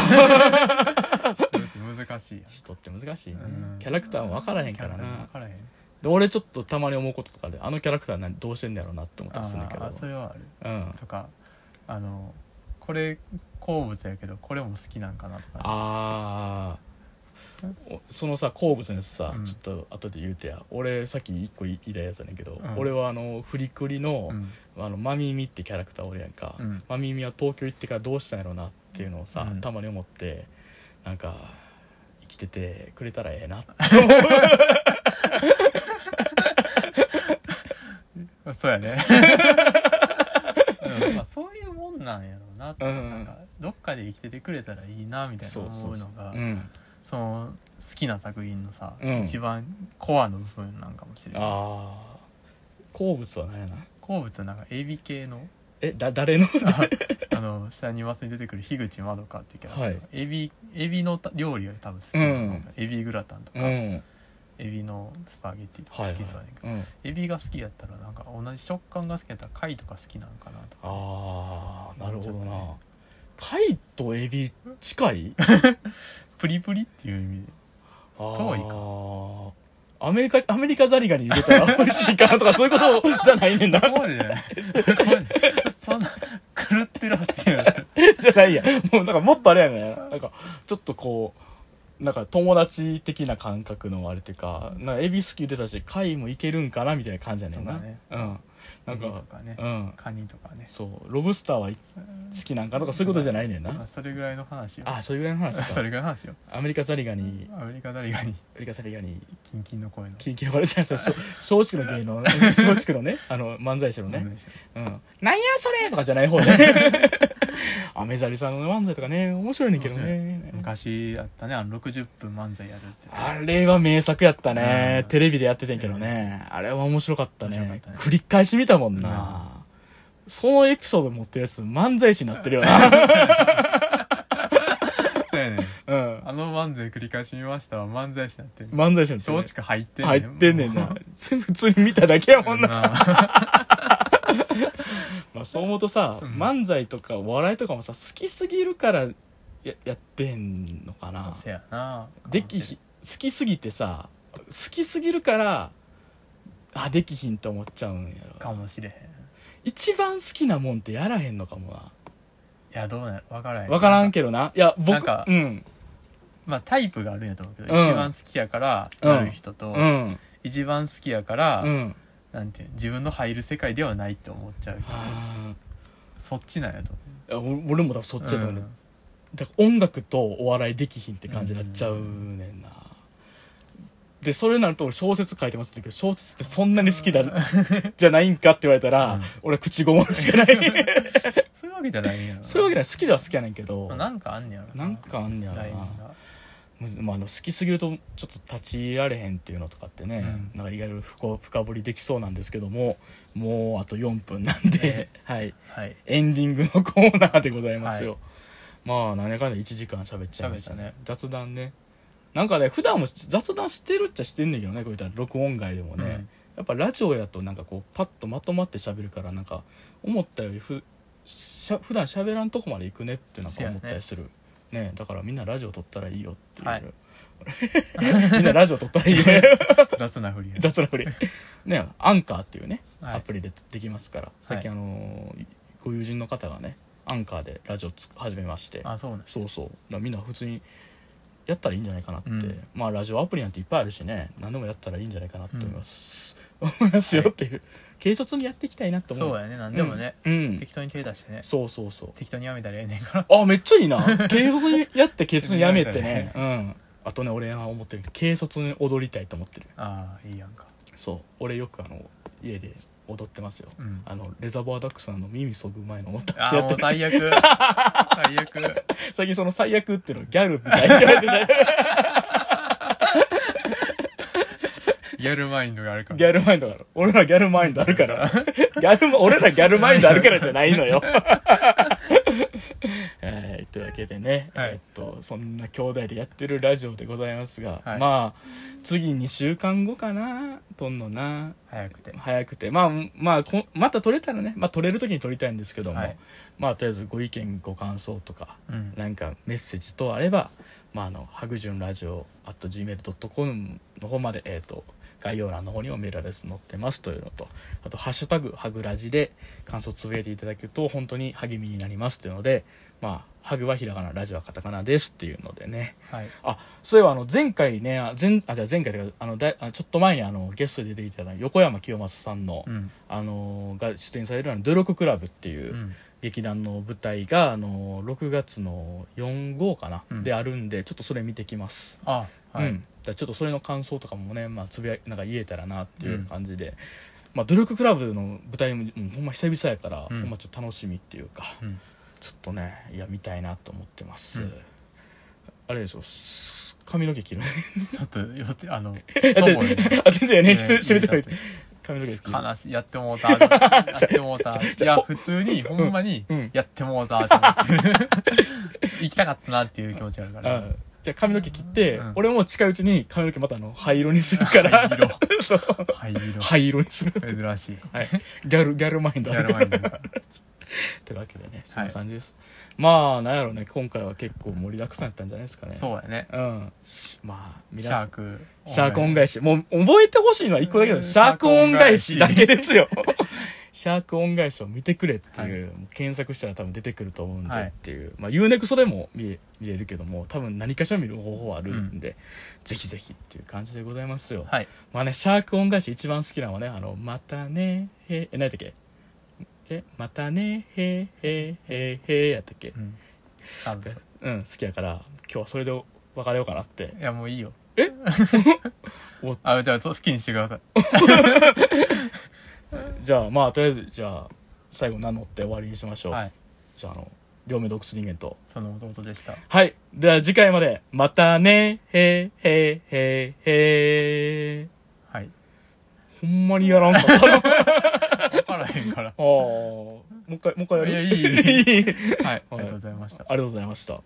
B: それって難しいやん
A: 人って難しいね
B: うん
A: キャラクターは分からへんから
B: キャラ分
A: な
B: からへん
A: で俺ちょっとたまに思うこととかであのキャラクター何どうしてんだろうなって思ったりするんだけど
B: あーそれはある
A: うん
B: とかあのこれ好物やけどこれも好きなんかなとか
A: あーおそのさ好物のやつさ、
B: うん
A: ちょっと後で言うてや俺さっき一個言いたいやつやねんけど、
B: うん
A: 俺はあのフリクリの,、
B: うん
A: あのマミミってキャラクターおるやんか、
B: うん
A: マミミは東京行ってからどうしたんやろうなっていうのをさ、
B: うん
A: たまに思ってなんか生きててくれたらええなって
B: そう やねうんまあそういうもんなんやろうな,、
A: うん
B: なんかどっかで生きててくれたらいいなみたいな
A: そう
B: 思
A: そううそ
B: の
A: う
B: が
A: うん、
B: その好きな作品のさ、
A: うん
B: 一番コアの部分なんかもしれない
A: あー好物は何やな
B: 好物はなんかエビ 系の
A: えだ誰の
B: ああの下にマスに出てくる樋口まどかっていうキャラ
A: は
B: クター
A: い
B: エビエビのた料理が多分好きなの
A: うん
B: エビグラタンとか、
A: うん
B: エビのスパゲッティとか
A: はい、は
B: 好
A: い
B: きそうやねんけど、
A: うん、
B: エビが好きやったらなんか同じ食感が好きやったら貝とか好きなんかなとか
A: ああなるほど
B: ちょっと
A: な
B: ね
A: 貝とエビ近 い
B: プリプリっていう意 味で遠い
A: あーアメリカアメリカザリガニ入れたら美味しいかなとかそういうことじゃないね んな
B: そこまでじゃないそこまでそんな狂ってるはずやない
A: じゃないやもうなんかもっとあれやねなんかちょっとこうなんか友達的な感覚のあれっていうかなんかエビ好き言ってたし貝もいけるんかなみたいな感じやねんな
B: そうだね
A: うんなん
B: エビと
A: か
B: かね
A: うん
B: カニとかね
A: そうロブスターはい好きなんかとかそういうことじゃないねんな
B: あそれぐらいの話よ
A: あ そういうぐらいの話
B: そ
A: か
B: れぐらいの話よ
A: アメリカザリガニ
B: アメリカ誰がに
A: アメリカザリガニ
B: キンキンの声の
A: キンキン呼ばれち ゃう松竹の芸 能松竹のねあの漫才師のね
B: ね
A: うん「なんやそれ!」とかじゃない方ね アメザリさんの漫才とかね面白いねんけどね
B: 昔あったねあの60分漫才や るって
A: あれは名作やったね
B: うん
A: テレビでやっててんけどねあれは面白かったね
B: 面白かったね
A: 繰り返し見たもんなそのエピソード持ってるやつ漫才師になってるよな
B: そうやね
A: うん
B: あの漫才繰り返し見ましたわ漫才師になってんね
A: 漫才師になっ
B: 松
A: て
B: 竹入って
A: る
B: ん
A: 入
B: ねん
A: ってんねん
B: も
A: な普通に見ただけやも
B: うん
A: な
B: な
A: まあ、そう思うとさ、
B: うん
A: 漫才とかお笑いとかもさ好きすぎるからややってんのか な
B: せやな
A: できひ好きすぎてさ好きすぎるからあできひんと思っちゃうんやろ
B: かもしれへんい
A: 一番好きなもんってやらへんのかもな
B: やどうなるわからへん
A: 分からん
B: け
A: けどないや
B: なん
A: 僕
B: か
A: うん
B: まあタイプがあるんやと思うけど、
A: うん
B: 一番好きやからなる人と、
A: うん
B: 一番好きやから、
A: うん
B: なんていうの自分の入る世界ではないって思っちゃう人
A: あ
B: そっちなんやと思
A: ーいやお俺も多分そっ
B: う
A: ちやと思う、
B: うん
A: だから音楽とお笑いできひんって感じになっちゃうねんな、でそれになると俺小説書いてますって言うけど小説ってそんなに好きだじゃないんかって言われたら、
B: うん
A: 俺は口ごもるしかない
B: そういうわけじゃないんやろ
A: そういうわけでは好きでは好きやねんけど
B: まあ
A: な
B: なんかあんねやろ
A: んかあんねやろな
B: ラインが
A: むずまあ、あの好きすぎるとちょっと立ち入られへんっていうのとかってね、
B: うん
A: なんか意外と深深掘りできそうなんですけどももうあと4分なんで、はい
B: はい
A: エンディングのコーナーでございますよ、まあ何やかんだ1時間喋っちゃいましたね
B: 喋ったね
A: 雑談ねなんかね普段も雑談してるっちゃしてんねんけどねこういったら録音外でもね、
B: うん
A: やっぱラジオやとなんかこうパッとまとまって喋るからなんか思ったよりふしゃ普段喋らんとこまで行くねってなんか思ったりするねだからみんなラジオ撮ったらいいよっていう、
B: はい
A: みんなラジオ撮った らいいね
B: 雑なふりや
A: 雑なふりねアンカーっていうね
B: はい
A: アプリでできますから、最近あのーご友人の方がねアンカーでラジオつ始めまして
B: あそうね
A: そうそうだからみんな普通にやったらいいんじゃないかなって、
B: うん
A: まあラジオアプリなんていっぱいあるしね何でもやったらいいんじゃないかなって思います、思いますよっていう、軽率にやっていきたいなと思う
B: そうやねなんでもね、
A: うん、うん
B: 適当に手出してね
A: そうそうそう
B: 適当にやめたらええねんから
A: あめっちゃいいな軽率にやって軽率にやめて ねうんあとね俺は思ってる軽率に踊りたいと思ってる
B: ああいいやんか
A: そう俺よくあの家で踊ってますよ
B: うん
A: あのレザーバーダックスさんの耳そぐ前の思ったや
B: あ
A: つ
B: あ
A: やっ
B: も
A: て
B: う
A: る
B: 最悪最悪
A: 最近その最悪っていうのをギャルみたいに言われてて
B: ギャルマインドがあるから
A: ギャルマインドがある。俺らギャルマインドあるから。 ギャルマ、俺らギャルマインドあるからじゃないのよ。 はい、というわけでね、
B: はい
A: えーっと、そんな兄弟でやってるラジオでございますが、
B: はい
A: まあ、次2週間後かな、撮んのな、
B: 早くて
A: 早くて、まあ、まあ、こまた撮れたらね、まあ、撮れる時に撮りたいんですけども、
B: はい
A: まあ、とりあえずご意見、ご感想とか、
B: うん
A: なんかメッセージ等あれば、まあ、あの、ハグジュンラジオ、あと gmail.com の方まで、えっ、と、概要欄の方にもメールアドレス載ってますというのと、あと、ハッシュタグ、ハグラジで感想つぶやいていただけると、本当に励みになりますというので、まあ、ハグはひらがな、ラジオはカタカナですっていうのでね。
B: はい
A: あ、そういえば、あの、前回ね、あ前、あ、じゃあ前回というか、あの、だいあちょっと前に、あの、ゲストで出ていただいた横山清正さんの、
B: うん
A: あの、が出演されるあの、努力クラブっていう、
B: うん
A: 劇団の舞台があの6月の4号かな、
B: うん
A: であるんでちょっとそれ見てきます、
B: あは
A: うん、
B: い
A: だからちょっとそれの感想とかもね、まあ、つぶやなんか言えたらなっていう感じで、まあ、努力クラブの舞台も、うんほんま久々やから、
B: うん
A: ほんまちょっと楽しみっていうか
B: うん
A: ちょっとねいや見たいなと思ってます、
B: うん
A: あれでしょす髪の毛切る
B: ちょっとよってあの
A: あ
B: そうもね
A: あ全然ね
B: ね
A: 締めてない
B: ね
A: 髪の毛切る
B: 悲しいやってもうたやってもうたいや普通にほんまに
A: うん
B: やってもうた って思って行きたかったなっていう気持ちあるか
A: あ
B: ら
A: じゃあ髪の毛切って、
B: うん
A: 俺も近いうちに髪の毛またあの灰色にするから
B: 灰色
A: そう
B: 灰色
A: 灰色にする
B: 珍しい
A: はい、ギャルギャルマインド
B: ギ
A: あ
B: ャ
A: る
B: ル
A: か
B: マ
A: ら
B: インドが
A: というわけでねそんな感じです、まあなんやろうね今回は結構盛りだくさんやったんじゃないですかね
B: そうやね
A: うんしまあ
B: シ
A: 皆
B: ャ
A: さ
B: ー
A: ん
B: ク
A: シャーク恩返しもう覚えてほしいのは一個だけだ
B: うん
A: シャーク恩返しだけですよ シャーク恩返しを見てくれっていう、もう検索したら多分出てくると思うんで
B: はい
A: っていう、まあ UNEXT でも見れ見れるけども多分何かしら見る方法はあるんで、ぜひぜひっていう感じでございますよ、
B: はい
A: まあね、シャーク恩返し一番好きなのはね、あの、またね、へ、え、何やったっけえまたねへへへへやったっけ
B: うんあの
A: うん好きやから今日はそれで別れようかなって
B: いやもういいよ
A: えお
B: あじゃあそう好きにしてください
A: じゃあまあとりあえずじゃあ最後名乗って終わりにしましょう、
B: はい
A: じゃああの両目洞窟人間と
B: その弟でした
A: はいでは次回までまたねへへへへ
B: はい
A: ほんまにやらんかった なあ
B: 分からへんから
A: あもう一回もう一回やる
B: いやいいいい
A: いい
B: はいありがとうございました
A: ありがとうございました